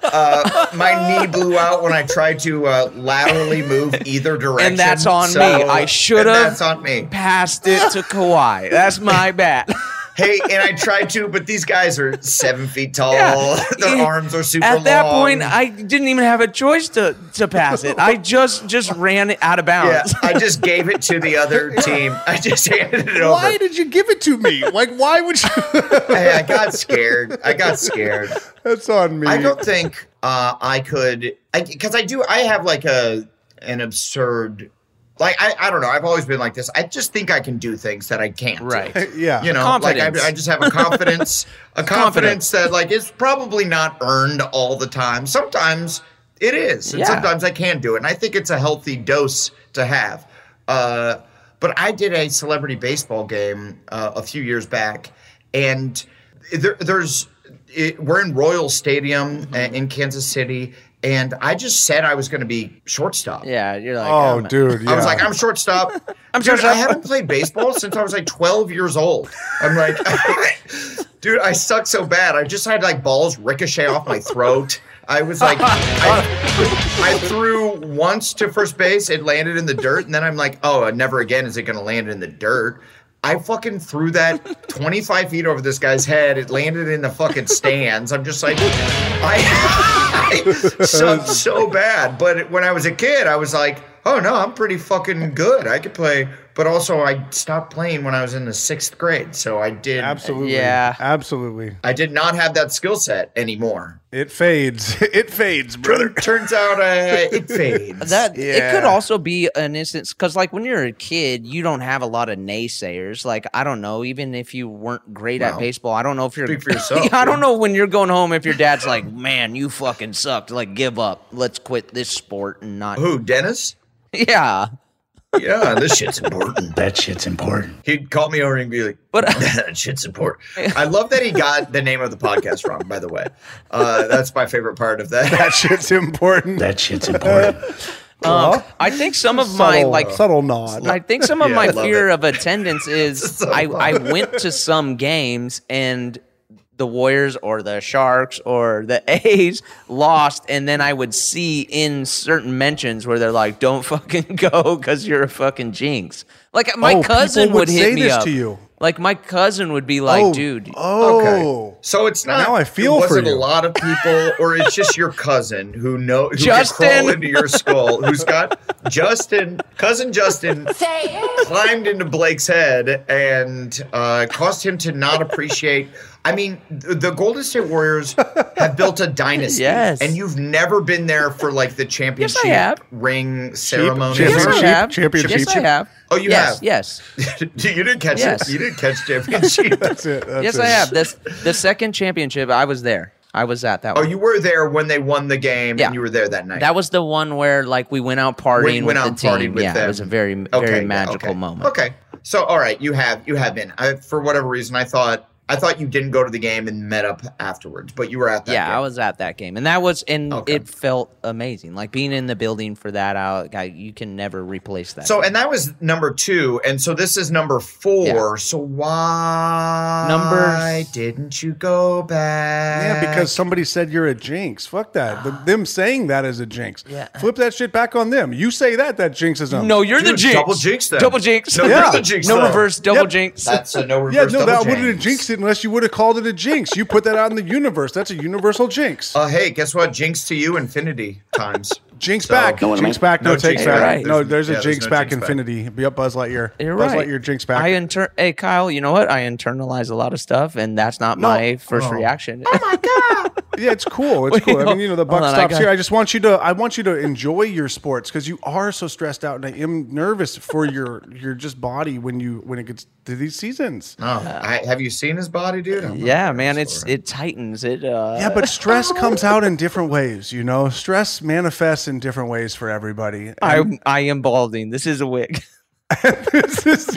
Uh, my knee blew out when I tried to uh, laterally move either direction. And that's on so- me. I should and have That's on me. *laughs* passed it to Kawhi. That's my bad. Hey, and I tried to, but these guys are seven feet tall. Yeah. *laughs* Their Yeah. arms are super At that long. point, I didn't even have a choice to, to pass it. I just just ran it out of yeah, bounds. *laughs* I just gave it to the other team. I just *laughs* handed it over. Why did you give it to me? Like why would you? *laughs* Hey, I got scared. I got scared. That's on me. I don't think uh, I could, because I, do. I have like a an absurd, like I, I don't know. I've always been like this. I just think I can do things that I can't. do. Right. yeah. You know, Confidence. like I, I just have a confidence, a Confidence. confidence, that like is probably not earned all the time. Sometimes it is, and Yeah. sometimes I can do it. And I think it's a healthy dose to have. Uh, but I did a celebrity baseball game uh, a few years back, and there, there's it, we're in Royal Stadium uh in Kansas City, and I just said I was going to be shortstop. yeah, you're like, Oh, I'm- dude. I yeah. was like, I'm shortstop. I'm shortstop. I haven't played baseball since I was like 12 years old. I'm like, *laughs* dude, I suck so bad. I just had like balls ricochet off my throat. I was like, I, I threw once to first base, it landed in the dirt, and then I'm like, oh, never again is it going to land in the dirt. I fucking threw that 25 feet over this guy's head. It landed in the fucking stands. I'm just like, I, *laughs* I sucked so bad. But it- when I was a kid, I was like, oh no, I'm pretty fucking good. I could play. But also, I stopped playing when I was in the sixth grade. So I did. Absolutely. Absolutely. I did not have that skill set anymore. It fades. *laughs* It fades, brother. *laughs* Turns out uh, it fades. That it could Yeah. also be an instance because, like, when you're a kid, you don't have a lot of naysayers. Like, I don't know, even if you weren't great at Well, baseball, I don't know if you're. *laughs* speak for yourself, I don't yeah. know when you're going home if your dad's like, "Man, you fucking sucked. Like, give up. Let's quit this sport and not." *laughs* Who, Dennis? Yeah. Yeah, this shit's important. *laughs* That shit's important. He'd call me over and be like, "But *laughs* that shit's important." I love that he got the name of the podcast wrong. By the way, uh, that's my favorite part of that. *laughs* That shit's important. That shit's important. Um, I think some of my Subtle- like subtle nod. I think some of Yeah, I my love fear *laughs* of attendance is I, I went to some games and the Warriors or the Sharks or the *laughs* A's lost, and then I would see in certain mentions where they're like, "Don't fucking *laughs* go because you're a fucking jinx." Like my Oh, cousin people would, would hit say me this up. to you. Like my cousin would be like, Oh, "Dude, oh. Okay. So it's not. Now I feel it wasn't for you. a lot of people, or it's just your cousin who know who Justin! can crawl into your skull. Who's got Justin? Cousin Justin climbed into Blake's head and uh, caused him to not appreciate. I mean, th- the Golden State Warriors have built a dynasty, Yes. and you've never been there for like the championship have. ring ceremony. Yes, I have. Yes, I have. Oh, you Yes, have. Yes. *laughs* you didn't catch Yes. it. You didn't catch *laughs* championship. that's it. yes, I have. This the second championship. I was there. I was at that Oh, one. you were there when they won the game, and you were there that night. That was the one where like we went out partying Went- went with out the and partied team. with yeah, them. it was a very very Okay, yeah, magical okay. moment. Okay, so all right, you have you have been. I, for whatever reason, I thought I thought you didn't go to the game and met up afterwards, but you were at that. yeah, game. I was at that game, and that was and it felt amazing. Like being in the building for that out, I, you can never replace that. So and that was number two, and so this is number four. So why Number- didn't you go back? Yeah, because somebody said you're a jinx. Fuck that. Ah. The- them saying that is a jinx. Yeah. Flip that shit back on them. You say that, that jinx is on No, you're the Dude, jinx. double jinx them. Double jinx. No, you're the jinx No them. *laughs* reverse, double jinx. That's a no Yeah, reverse, no, double that wouldn't have jinx. jinxed it unless you would have called it a jinx. You put that out in the universe. That's a universal jinx. Uh, hey, guess what? Jinx to *laughs* you infinity times. Jinx back. jinx back, no, takes back. No, there's a jinx back infinity. Be up Buzz Lightyear. You're Buzz right. Lightyear jinx back. I inter- hey Kyle, you know what? I internalize a lot of stuff, and that's not my first Oh. reaction. yeah, it's cool. It's cool. I mean, you know, the buck Hold on, I stops got- here. I just want you to, I want you to enjoy your sports because you are so stressed out, and I am nervous for your your just body when you when it gets to these seasons. Oh, I, have you seen his body, dude? Oh, *laughs* I'm- yeah, man, it's it tightens it. Uh, Yeah, but stress comes out in different ways. You know, stress manifests in different ways for everybody. *laughs* I I am balding. This is a wig. *laughs*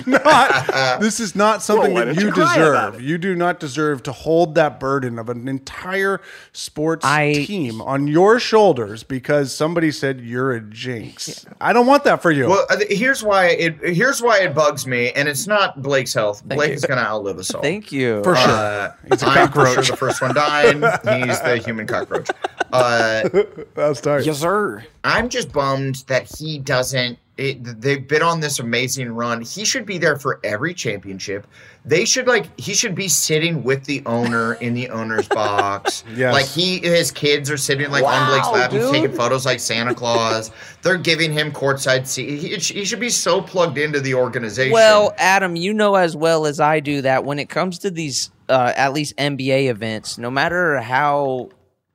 not this is not something why that don't you you cry about deserve. You do not deserve to hold that burden of an entire sports team on your shoulders because somebody said you're a jinx. I don't want that for you. Well, I thi- here's why it here's why it bugs me, and it's not Blake's health. Thank Blake you. is gonna outlive us all. Uh, Thank you. For sure. He's a I'm for sure cockroach. the first one dying. He's the human cockroach. *laughs* Uh, That's tight. Yes, sir. I'm just bummed that he doesn't. It, they've been on this amazing run. He should be there for every championship. They should like he should be sitting with the owner in the owner's box. Yes. Like he his kids are sitting like on Blake's Wow, lap. He's taking dude. photos like Santa Claus. They're giving him courtside seat. He, he should be so plugged into the organization. Well, Adam, you know as well as I do that when it comes to these, uh, at least NBA events, no matter how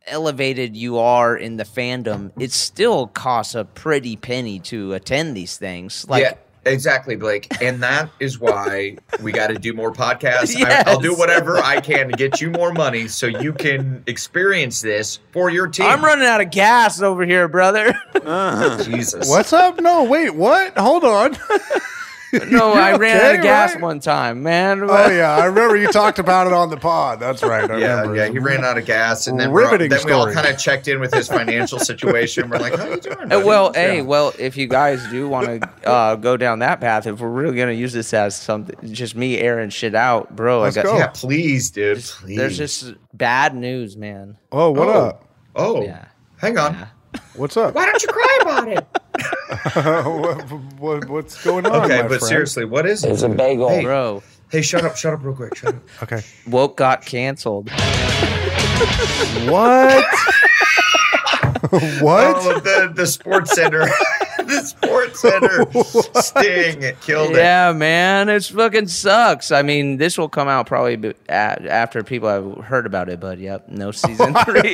elevated you are in the fandom, it still costs a pretty penny to attend these things. Like, yeah, exactly, Blake. And that is why we got to do more podcasts. I, I'll do Yes. whatever I can to get you more money so you can experience this for your team. I'm running out of gas over here, brother. *laughs* Jesus. What's up? No, wait, what? Hold on. *laughs* No, You're I ran out okay, of gas right? one time, man. Oh yeah, I remember you talked about it on the pod. That's right. I yeah, remember. yeah, he ran out of gas, and then, we're all- Riveting then we all story. kind of checked in with his *laughs* financial situation. We're like, "How you doing?" Uh, buddy?" well, Yeah. hey, well, if you guys do want to uh, go down that path, if we're really gonna use this as something, just me airing shit out, bro. Let's I got go. Yeah, please, dude. There's please. just bad news, man. Oh, what Oh. up? Oh, hang on. What's up? Why don't you cry about it? *laughs* what, what, what's going on? okay, my but friend? seriously, what is it? It's a bagel. hey, bro. Hey, shut up, shut up, real quick, shut up. *laughs* Okay. Woke got canceled. what? what? *laughs* Oh, the the Sports Center, *laughs* the Sports *laughs* Center sting killed it. yeah, man, it's fucking sucks. I mean, this will come out probably be- a- after people have heard about it, but yep, *laughs* no season three.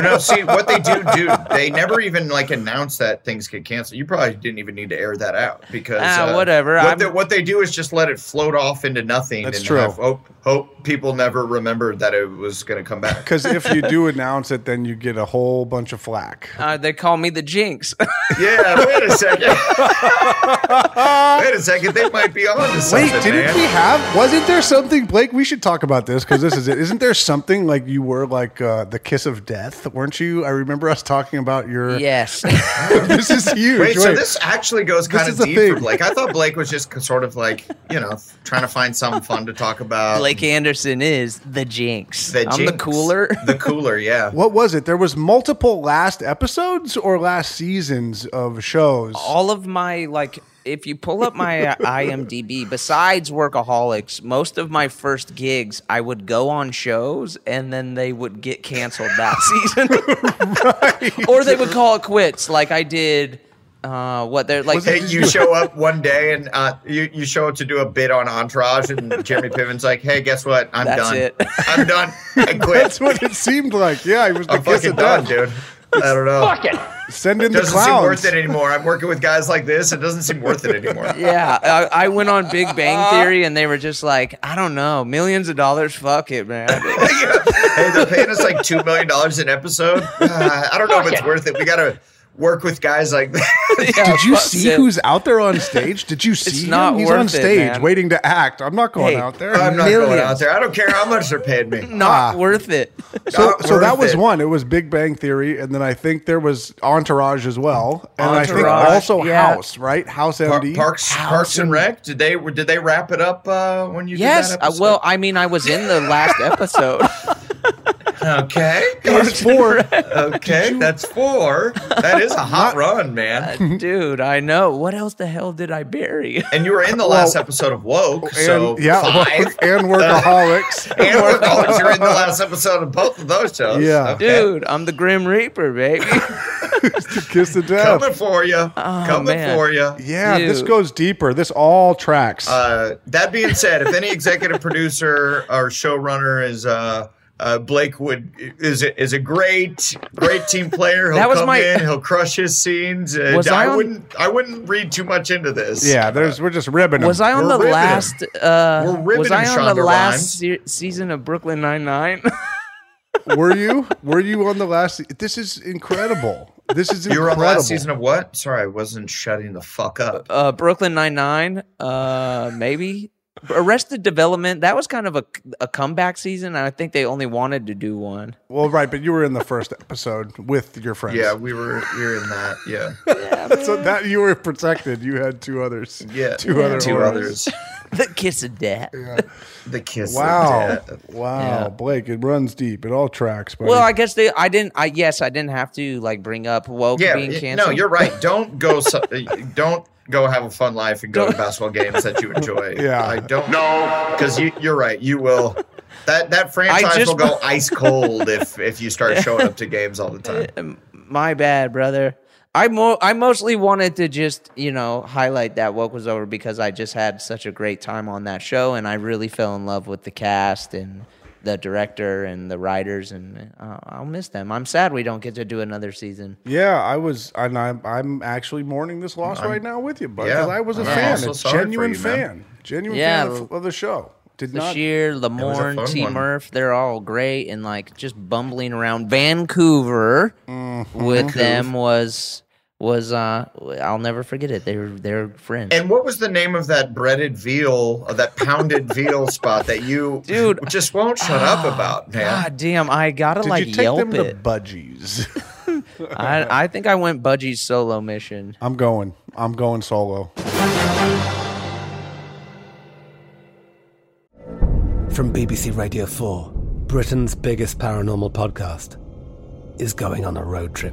no, see what they do, dude. They never even like announce that things get canceled. You probably didn't even need to air that out because uh, Ah, whatever, What I'm- they, what they do is just let it float off into nothing. That's and true. Have, hope hope people never remember that it was going to come back. Because if you do announce it, then you get a whole bunch of flack. Uh, they call me the *laughs* Jinx. *laughs* yeah, wait a second. *laughs* wait a second. They might be on to Wait, something. didn't man. we have? Wasn't there something, Blake? We should talk about this because this is it. Isn't there something like you were like uh, the kiss of death? Weren't you? I remember us talking about your. Yes. *laughs* this is huge. Wait, so this actually goes This kind is a of deep for thing. Blake. I thought Blake was just sort of like, you know, trying to find something fun to talk about. Blake Anderson is the Jinx. The I'm the Jinx. cooler. The *laughs* cooler, yeah. What was it? There was multiple last episodes or last seasons of shows. all of my like if you pull *laughs* up my IMDb besides workaholics most of my first gigs I would go on shows and then they would get canceled *laughs* that season or they would call it quits like I did uh what they're like Hey, you show up one day and uh, you, you show up to do a bit on *laughs* Entourage, and Jeremy Piven's like, hey, guess what? I'm That's done. it. I'm done. I quit. That's what it seemed like. Yeah, it was the I'm kiss fucking of done, death. dude. I don't know. Fuck it. Send in the Doesn't seem worth clowns. it anymore. I'm working with guys like this. It doesn't seem worth it anymore. *laughs* yeah, I, I went on Big Bang Uh-huh. Theory and they were just like, I don't know, millions of dollars, fuck *laughs* it, man. hey, they're paying us like two million dollars *laughs* an episode. Uh, I don't know if it's worth it. We gotta work with guys like that. *laughs* Did you see who's out there on stage? Did you see him? not He's worth on it, stage man. waiting to act. I'm not going Hey, out there. I'm not going out there. I don't care how much they're paying me. Not worth it. So, Not so Ah. that worth was it. one. It was Big Bang Theory, and then I think there was Entourage as well, and I think Entourage, also yeah. House, right? House Par- MD, Parks, Parks and Rec. Did they did they wrap it up uh, when you yes, did that uh, well, I mean, I was in the *laughs* last episode. episode? okay, that's four. Okay, that's four. That *laughs* is a hot run, Uh, man. Dude, I know. What else the hell did I bury? *laughs* And you were in the last episode of Woke, oh, and so yeah, five. *laughs* and Workaholics. *laughs* and Workaholics, you're *laughs* in the last episode of both of those shows. Yeah. Okay. Dude, I'm the Grim Reaper, baby. Kiss the Death. coming for you, coming Oh, man. for you. Yeah, this goes deeper. This all tracks. Uh, that being said, if any executive producer or showrunner is uh, uh, Blake would is a, is a great great team player. He'll That was come my- in. He'll crush his scenes. And Was I, I on- wouldn't I wouldn't read too much into this. yeah, there's we're just ribbing. 'em. Was I on the We're riveting. *laughs* last? Uh, We're riveting was I on the Shonda last se- season of Brooklyn Nine Nine? were you? Were you on the last? se- This is incredible. This is *laughs* You incredible. were on the last season of what? Sorry, I wasn't shutting the fuck up. *laughs* uh, Brooklyn Nine Nine, uh, maybe. Arrested Development. That was kind of a, a comeback season, and I think they only wanted to do one. well, right, but you were in the first episode with your friends. Yeah, we were we were in that. Yeah, *laughs* *laughs* so that you were protected. You had two others. yeah, two other two others. others. the kiss of death. The kiss. Wow, Of death. wow, Yeah. Blake, it runs deep. It all tracks. Buddy. Well, I guess they. I didn't. I yes, I didn't have to like bring up woke Yeah, being y- canceled. no, *laughs* you're right. Don't go. So, don't go have a fun life and go to basketball games that you *laughs* enjoy. Yeah. I don't know because you, you're right. You will. That that franchise just- *laughs* will go ice cold if if you start showing up to games all the time. My bad, brother. I mo- I mostly wanted to just you know highlight that woke was over because I just had such a great time on that show and I really fell in love with the cast and the director and the writers and uh, I'll miss them. I'm sad we don't get to do another season. yeah, I was, and I'm, I'm actually mourning this loss I'm- right now with you, bud. Yeah, 'cause I was a I'm fan, also a sorry for genuine you, man. fan, genuine Yeah, fan of, of the show. Did not. Bashir, was a Lamorne, fun T. one. Murph, they're all great and like just bumbling around Vancouver Mm-hmm. with them was was uh I'll never forget it. They were they're friends. And what was the name of that breaded veal, of that pounded veal spot that you Dude. uh, just won't shut up about, man? God damn, I gotta did like you take yelp them to it. budgies? I, I think I went Budgie's solo mission. *laughs* Uh, I'm going. I'm going solo. From BBC Radio 4, Britain's biggest paranormal podcast is going on a road trip.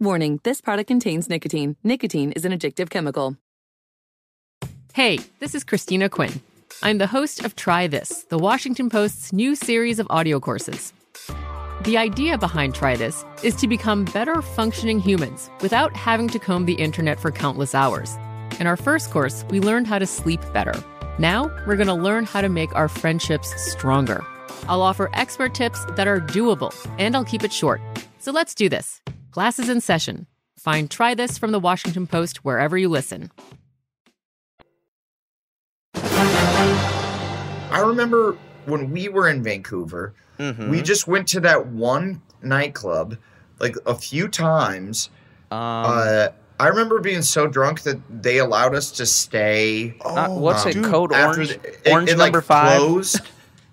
Warning, this product contains nicotine. Nicotine is an addictive chemical. Hey, this is Christina Quinn. I'm the host of Try This, the Washington Post's new series of audio courses. The idea behind Try This is to become better functioning humans without having to comb the internet for countless hours. In our first course, we learned how to sleep better. Now, we're going to learn how to make our friendships stronger. I'll offer expert tips that are doable, and I'll keep it short. So let's do this. Classes in session. Find Try This from the Washington Post wherever you listen. I remember when we were in Vancouver, Mm-hmm. we just went to that one nightclub like a few times. Um, uh, I remember being so drunk that they allowed us to stay. Uh, Oh, what's it, Code after Orange- the- Orange number five? Closed.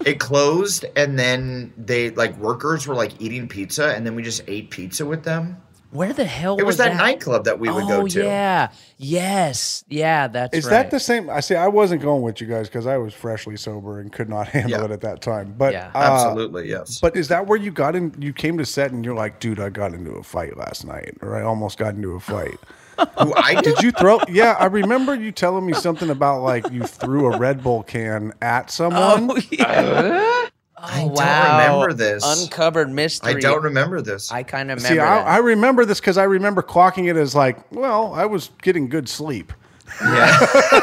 It closed, and then they like workers were like eating pizza, and then we just ate pizza with them. Where the hell It was, that, that nightclub that we would go Oh, to. yeah. Yes. Yeah, that's Is right. that the same? I see. I wasn't going with you guys because I was freshly sober and could not *laughs* handle Yeah. it at that time. But Yeah. uh, Absolutely, yes. But is that where you got in? You came to set and you're like, dude, I got into a fight last night, or I almost got into a *laughs* fight. *laughs* did you throw? Yeah, I remember you telling me something about like you threw a Red Bull can at someone. I don't remember this. Uncovered mystery. I don't remember this. I kind of remember. See, it. I, I remember this because I remember clocking it as like, well, I was getting good sleep. *laughs*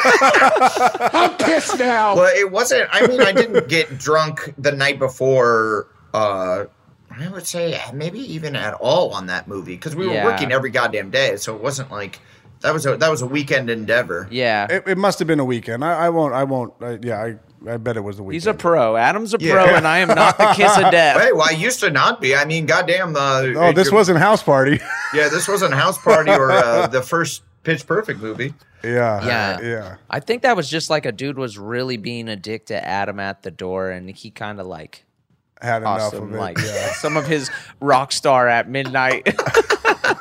I'm pissed Oh. now. Well, it wasn't. I mean, I didn't get drunk the night before. Uh, I would say maybe even at all on that movie because we were Yeah. working every goddamn day, so it wasn't like that was a that was a weekend endeavor. Yeah, it, it must have been a weekend. I, I won't. I won't. I, yeah, I, I bet it was the weekend. He's a pro. Adam's a pro, and I am not the kiss *laughs* of death. Hey, well, I used to not be. I mean, goddamn. Uh, Oh, this wasn't house party. *laughs* Yeah, this wasn't House Party or uh, the first Pitch Perfect movie. yeah. Yeah. yeah. I think that was just like a dude was really being a dick to Adam at the door, and he kind of like had enough awesome, of it, Like yeah. some of his rock star at midnight. *laughs* Uh,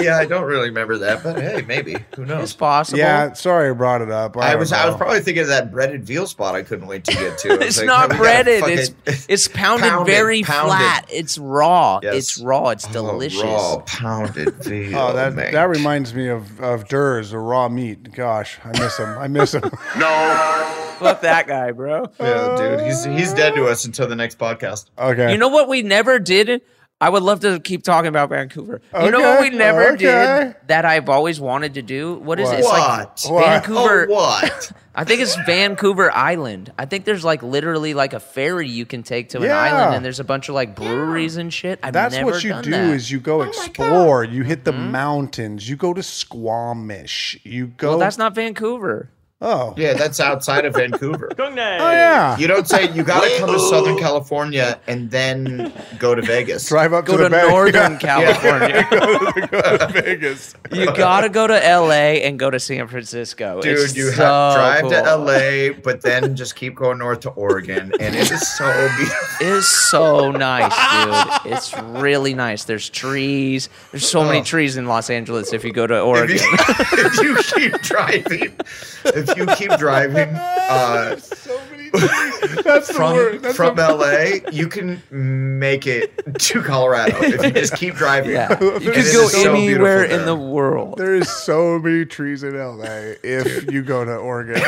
yeah, I don't really remember that, but hey, maybe who knows? It's possible. Yeah, sorry I brought it up. I, I don't was I was know. probably thinking of that breaded veal spot I couldn't wait to *laughs* get to. I was it's like, not we gotta breaded. fucking- It's *laughs* *laughs* it's pounded Pound it, very pound it. flat. It's raw. Yes. It's raw. It's Oh, delicious. raw *laughs* pounded veal. Oh, that man. that reminds me of of Durs, the raw meat. Gosh, I miss him. I miss *laughs* him. Fuck that guy, bro. Oh. yeah, dude. He's he's dead to us until the next podcast. Okay. You know what we never did? I would love to keep talking about Vancouver. You know what we Okay, never okay. did that I've always wanted to do? What is it? It's What? like What? Vancouver. Oh, what? I think it's Vancouver Island. I think there's like literally like a ferry you can take to an Yeah. island, and there's a bunch of like breweries and shit. I've That's never what you done do that. Mm-hmm. is you Oh go explore. You hit the mountains. You go to Squamish. You go. well, that's not Vancouver. Oh. Yeah, that's outside *laughs* of Vancouver. Oh yeah. You don't say you got to come to Southern California and then go to Vegas. Drive up Go *laughs* to *laughs* Northern California. Vegas. You *laughs* gotta go to LA and go to San Francisco. Dude, It's you so have drive cool. to LA, but then just keep going north to Oregon, and it is so *laughs* beautiful. It is *laughs* so nice, dude. It's really nice. There's trees. There's so Oh. many trees in Los Angeles if you go to Oregon. *laughs* if you keep driving, if you keep driving, *laughs* uh, That's the from word. That's from the- LA, you can make it to Colorado if you just keep driving. Yeah. And You *laughs* it could is go so beautiful anywhere in there. the world. There is so many trees in LA *laughs* if you go to Oregon.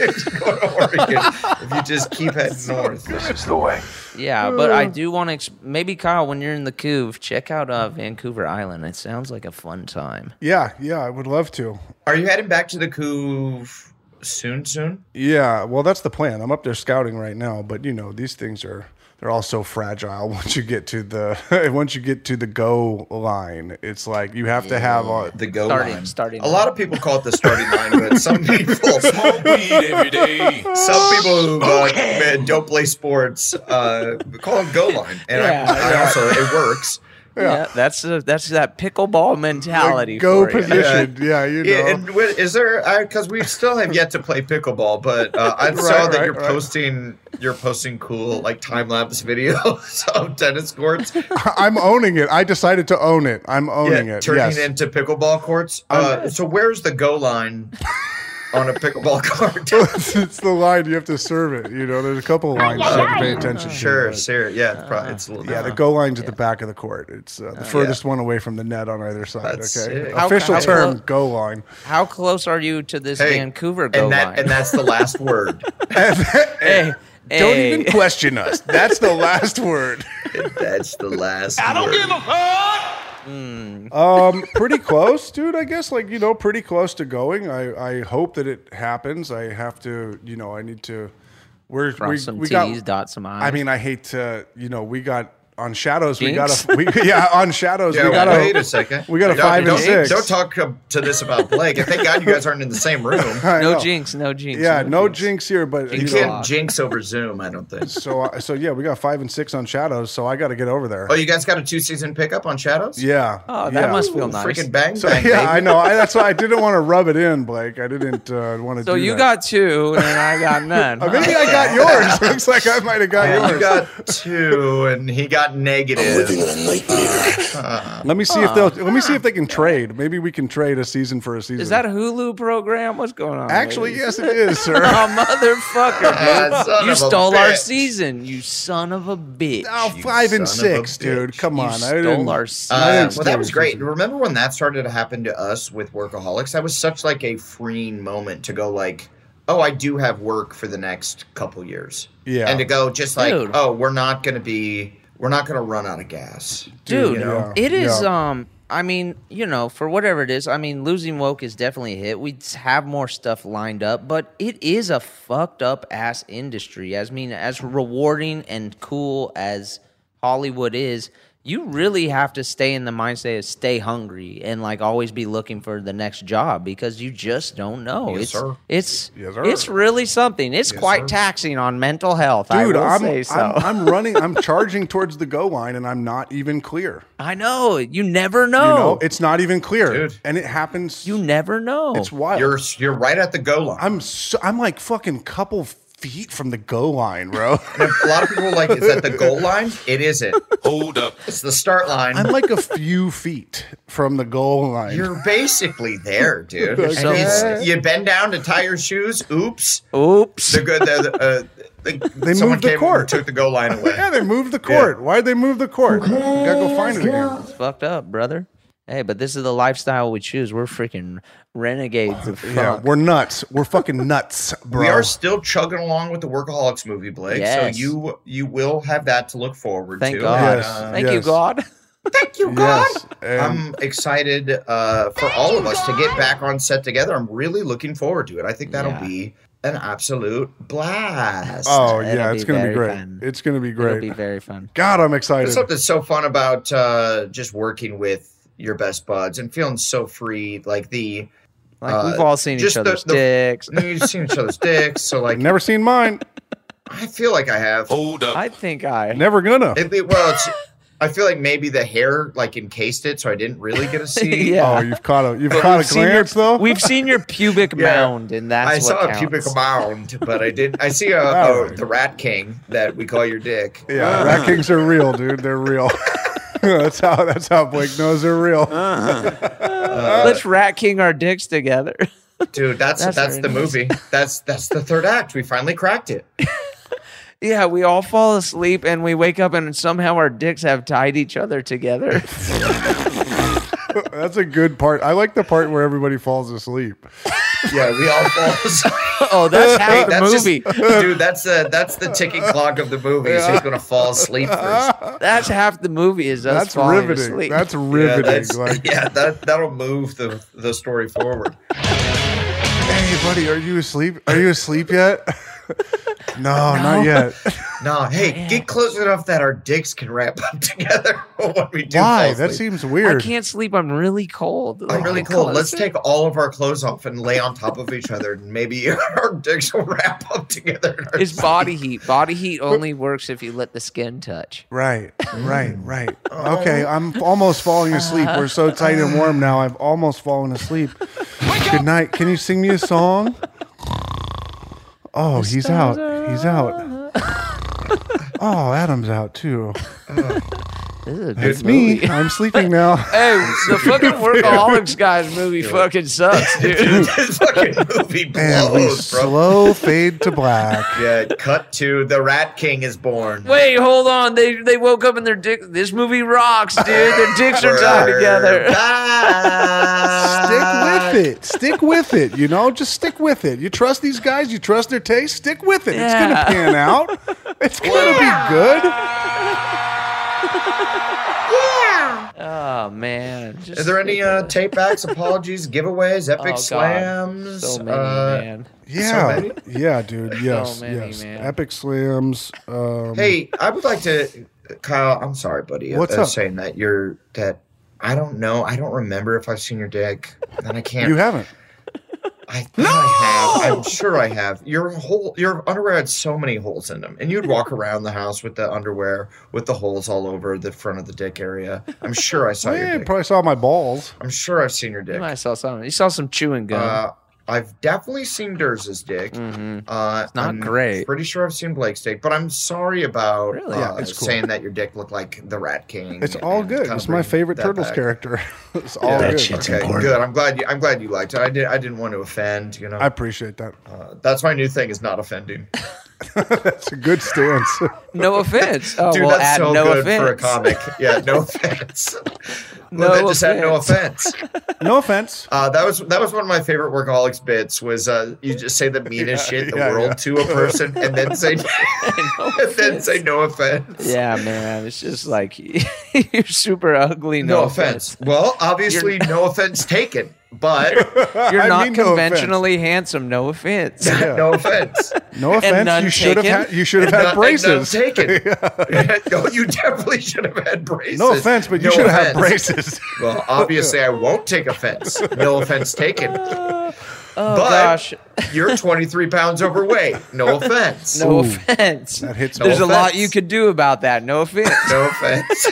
Oregon, if you just *laughs* keep heading north. This is the way. Yeah, but I do want to. Exp- maybe Kyle, when you're in the Couve, check out uh, Vancouver Island. It sounds like a fun *laughs* time. yeah, yeah, I would love to. Are you heading back to the Couve soon? Soon? Yeah, well, that's the plan. I'm up there scouting right now, but you know these things are they're all so fragile. *laughs* Once you get to the *laughs* once you get to the go line, it's like you have to have a, the go Starting- line. starting A lot of people call it the starting *laughs* line, but some people smoke weed every day. Some people who uh, man, don't play sports uh, call it go line, and I- Yeah, I, yeah. also it works. Yeah, that's a, that's that pickleball mentality. go for you. *laughs* position. Yeah, you know. Yeah, and wh- is there? Because we still have yet to play pickleball, but uh, *laughs* I Right, saw that right, you're right. posting you're posting cool like time lapse videos *laughs* of tennis courts. *laughs* I'm owning it. I decided to own it. I'm owning it. turning Yes. into pickleball courts. Uh, so where's the go line on a pickleball *laughs* court? *laughs* it's the line you have to serve it. You know, there's a couple of lines you have to pay attention to. Sure, but- sure. Yeah, it's probably, it's a little Yeah, the go line's at the back of the court. It's uh, the furthest one away from the net on either side. That's okay, sick. How- official how term clo- go line. *laughs* How close are you to this Hey, Vancouver go and that line? and that's *laughs* the last word. hey, Don't hey. even question us. That's the last word. That's the last. I don't give a *laughs* Um, pretty close, dude. I guess like you know, pretty close to going. I I hope that it happens. I have to, you know, I need to. We're Cross we, some we T's, got dot some I's. I mean, I hate to, you know, we got on shadows. Jinx? We *laughs* got a, we, yeah, on shadows. Yeah, we got wait a, a second. We got a Don't- five and don't, six. Don't talk uh, to this about Blake. And thank God you guys aren't in the same room. *laughs* I no know. jinx, no jinx. Yeah, no jinx here, but You you know, can't jinx over Zoom, I don't think. so I- so yeah, we got five and six on shadows. So I got to get over there. Oh, you guys got a two season pickup on Shadows? Yeah. Oh, that yeah. must feel nice. Freaking bang bang. So yeah, baby. I know. I, that's why I didn't want to rub it in, Blake. I didn't uh, want to. So do you that. got two, and I *laughs* got none. Uh, maybe I *laughs* got yours. *laughs* Looks like I might have got Yeah, yours. you got two, and he got negative. let me see if they'll. Let me see if they can trade. Maybe we can trade a season for a season. Is that a Hulu program? What's going on? actually? Yes, ladies? it is, *laughs* sir. Oh, *laughs* motherfucker, Son dude. you of a stole our bitch. season, you son of a bitch. Oh, five and son of a six, dude. Come You on, I stole didn't. our I season. didn't Uh, well, steal that your was great. season. Remember when that started to happen to us with workaholics? That was such like a freeing moment to go like, oh, I do have work for the next couple years. Yeah. and to go just like, Dude. oh, we're not gonna be, we're not gonna run out of gas. dude, you know? it is. yeah. Um, I mean, you know, for whatever it is, I mean, losing woke is definitely a hit. We s- have more stuff lined up, but it is a fucked up ass industry. As mean, as rewarding and cool as Hollywood is. You really have to stay in the mindset of stay hungry and like always be looking for the next job because you just don't know. Yes, it's sir. it's Yes, sir. it's really something. It's quite sir. taxing on mental health. I Dude, will I'm, say so. I'm I'm running. I'm charging towards the go line, and I'm not even clear. *laughs* I know. You never You know. know, it's not even clear, Dude. and it happens. Oh. You never know. it's wild. You're you're right at the go line. I'm so, I'm like fucking couple feet from the go line, bro. *laughs* And a lot of people are like, is that the goal line? It isn't. Hold up. It's the start line. I'm like a few feet from the goal line. You're basically there, dude. You're so And close. it's, you bend down to tie your shoes. Oops. Oops. The good. The, the, uh, the, They someone moved the came and court. Took the goal line away. yeah, they moved the court. Why'd they move the court? Gotta go find it again. It's fucked up, brother. Hey, but this is the lifestyle we choose. We're freaking renegades of fuck. Yeah, we're nuts. We're fucking nuts, bro. We are still chugging along with the Workaholics movie, Blake. Yes. So you you will have that to look forward Thank to. God. And, Yes, Thank you, yes. God. Thank you, God. I'm excited uh, for all of us to get back on set together. I'm really looking forward to it. I think that'll be an absolute blast. Oh yeah, it's gonna be great. It's gonna be great. be very fun. God, I'm excited. There's something so fun about uh, just working with your best buds and feeling so free. Like the Like, we've all seen each just other's dicks. We've seen *laughs* each other's dicks. So like, never seen mine. I feel like I have. Oh. Hold up. I think I never gonna. It, it- well, it's, I feel like maybe the hair like encased it, so I didn't really *laughs* get to see. Oh, you've caught a you've But caught we've a seen your- glance though. We've seen your pubic Yeah. mound, and that's I what saw counts. a pubic mound, but I did. I see a, All a- the Rat King that we call your dick. Yeah, *laughs* rat kings are real, dude. They're real. *laughs* that's how that's how Blake knows they're real. Uh. Uh, Let's rat king our dicks together. *laughs* dude. That's That's that's, very the nice. movie. That's that's the third act. We finally cracked it. Yeah, we all fall asleep and we wake up and somehow our dicks have tied each other together. that's a good part. I like the part where everybody falls asleep. Yeah, we all fall asleep. Oh, that's half the just- movie. dude. That's the that's the ticking clock of the movie. So he's gonna fall asleep first. That's half the movie is us That's falling riveting. asleep. That's riveting. Yeah, that's- like, yeah, that that'll move the the story forward. hey, buddy, are you asleep? Are you asleep yet? *laughs* no, not yet. No, hey, get close enough that our dicks can wrap up *laughs* together when we do. Why? fall That asleep. seems I weird. can't sleep. I'm really cold. I'm Oh, Like, really my cold. clothes- Let's take all of our clothes off and lay on top of each other, and maybe *laughs* our dicks will wrap up together. *laughs* in our It's body heat. Body heat only works if you let the skin touch. Right, right, right. Okay, I'm almost falling asleep. We're so tight and warm now. I've almost fallen asleep. Good night. Can you sing me a song? Oh, he's out. He's out. Oh, Adam's out too. It's *laughs* me. I'm sleeping now. Hey, the fucking workaholics guys movie fucking sucks, dude. *laughs* this fucking movie *laughs* And we blows, bro. slow fade to black. Yeah, cut to the Rat King is born. Wait, hold on. They they woke up and their dick. This movie rocks, *laughs* dude. Their dicks are tied We're *laughs* together. Stick with it. Stick with it. You know, just stick with it. You trust these guys. You trust their taste. Stick with it. It's gonna Yeah. pan out. It's gonna be good. Oh man. Just Is there *laughs* any uh, tape backs, apologies, giveaways, Oh, epic God. slams? So many, uh, man. Yeah, many? yeah, dude. Yes, many, yes. man. Epic slams. Um, Hey, I would like to, Kyle. I'm sorry, buddy. What's uh, up? Saying that you're that I don't know. I don't remember if I've seen your dick, and I can't. you haven't. I think I have. I'm sure I have. Your whole your underwear had so many holes in them, and you'd *laughs* walk around the house with the underwear with the holes all over the front of the dick area. I'm sure I saw Yeah, your you dick. probably saw my balls. I'm sure I've seen your dick. You might saw something. You saw some chewing gum. Uh, I've definitely seen Durs's dick. Mm-hmm. Uh, not I'm great. Pretty sure I've seen Blake's dick, but I'm sorry about Really? uh, Yeah, it's cool. saying that your dick looked like the Rat King. It's all and good. kinda It's my bringing favorite that Turtles back. character. *laughs* It's all Yeah. good. okay, good. I'm glad you. I'm glad you liked it. I did. I didn't want to offend. You know, I appreciate that. uh, that's my new thing is not offending. That's a good stance. *laughs* no *laughs* offense. Oh, Dude, we'll that's add so no good offense. for a comic. Yeah, *laughs* no offense. No No, just had no offense. no offense. Uh, that was that was one of my favorite workaholics bits. Was uh, you just say the meanest shit in the yeah, world yeah. to a person and *laughs* then say *laughs* and then say no offense. Yeah, man. It's just like *laughs* you're super ugly. No, No, offense. Well, obviously, *laughs* no offense taken, but You're I not mean no offense. conventionally handsome. No offense. *laughs* no offense. No none offense. You should have taken? had. You should have And had none- and none braces. *laughs* taken. *laughs* no, you definitely should have had braces. No offense, but you No should have had offense. braces. *laughs* Well, obviously, I won't take offense. No *laughs* offense taken. Oh but gosh. you're 23 pounds overweight. *laughs* No offense. No offense. That hits. There's me. a No lot offense. you could do about that. No offense. No offense.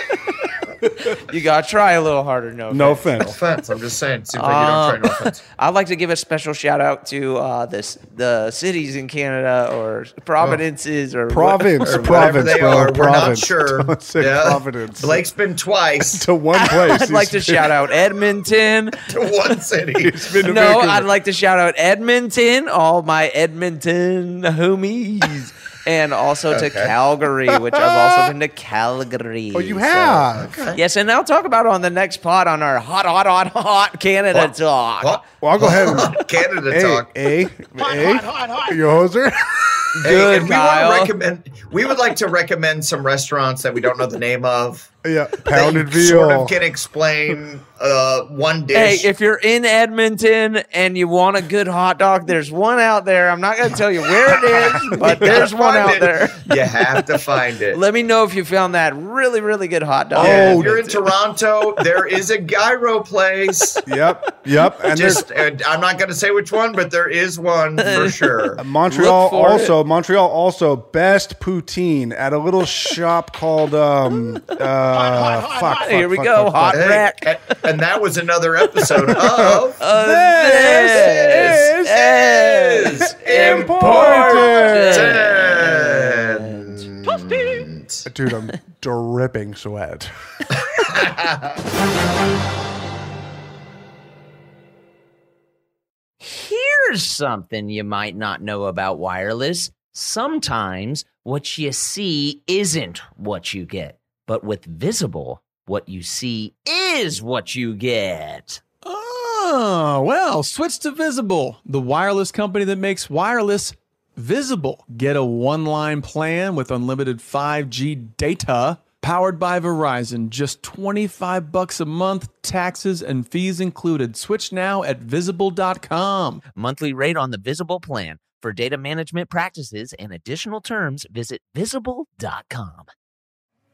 you gotta try a little harder. No. No offense. No offense. offense. I'm just saying. Seems like you don't try no Ah. offense. I'd like to give a special shout out to uh, this the cities in Canada or provinces or what- Province, Or whatever province, they bro. are, we're not province. *laughs* sure. Don't say Yeah. Providence. Blake's been twice *laughs* to *laughs* one place. *laughs* I'd like to *laughs* shout out Edmonton. to one city. been to No, Vancouver. I'd like to shout out Edmonton, all my Edmonton homies. and also to Okay. Calgary, which I've also been to Calgary. Oh, you so- have? Okay. Yes, and I'll talk about it on the next pod on our hot, hot, hot, hot Canada talk. Well, I'll go ahead. *laughs* And, Canada hey, talk. Hey, hey, your hoser. *laughs* Hey, Good, and we want Kyle. to recommend. We would like to recommend some restaurants that we don't know the name of. Yeah, pounded that you Sort veal. of can explain uh, one Hey, dish. if you're in Edmonton and you want a good hot dog, there's one out there. I'm not going to tell you where it is, but You there's gotta one find out it. there. you have to find it. Let me know if you found that really, really good hot dog. Yeah, if you're in Toronto, there is a gyro *laughs* place. Yep, yep. And there's- Just, uh, I'm not going to say which one, but there is *laughs* one for sure. Montreal also Montreal also best poutine at a little shop called um uh fuck, fuck, fuck, fuck, fuck. Hey, a- And that was another episode *laughs* of Oh, This is important. Dude, I'm dripping sweat. Here's something you might not know about wireless. Sometimes what you see isn't what you get, but with Visible, what you see is what you get. Oh, well, switch to Visible, the wireless company that makes wireless visible. Get a one line plan with unlimited 5G data powered by Verizon. Just 25 bucks a month, taxes and fees included. Switch now at visible.com. Monthly rate on the Visible plan. For data management practices and additional terms, visit visible.com.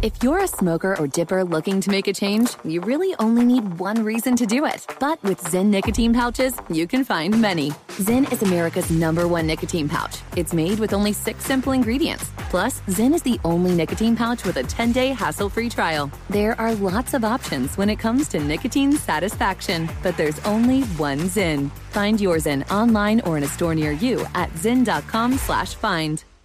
If you're a smoker or dipper looking to make a change, you really only need one reason to do it. But with Zen nicotine pouches, you can find many. Zen is America's number one nicotine pouch. It's made with only six simple ingredients. Plus, Zen is the only nicotine pouch with a 10 day hassle free trial. There are lots of options when it comes to nicotine satisfaction, but there's only one Zen. Find your Zen online or in a store near you at zen.com slash find.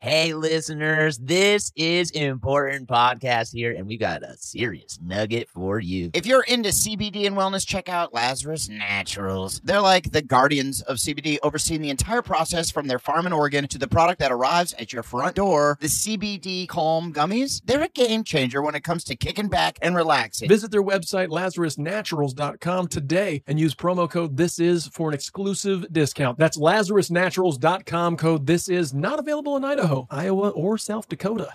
Hey, listeners, this is important podcast here, and we got a serious nugget for you. If you're into CBD and wellness, check out Lazarus Naturals. They're like the guardians of CBD, overseeing the entire process from their farm in Oregon to the product that arrives at your front door. The CBD Calm Gummies, they're a game changer when it comes to kicking back and relaxing. Visit their website, LazarusNaturals.com, today and use promo code This Is for an exclusive discount. That's LazarusNaturals.com code This Is, not available in Idaho, Iowa, or South Dakota.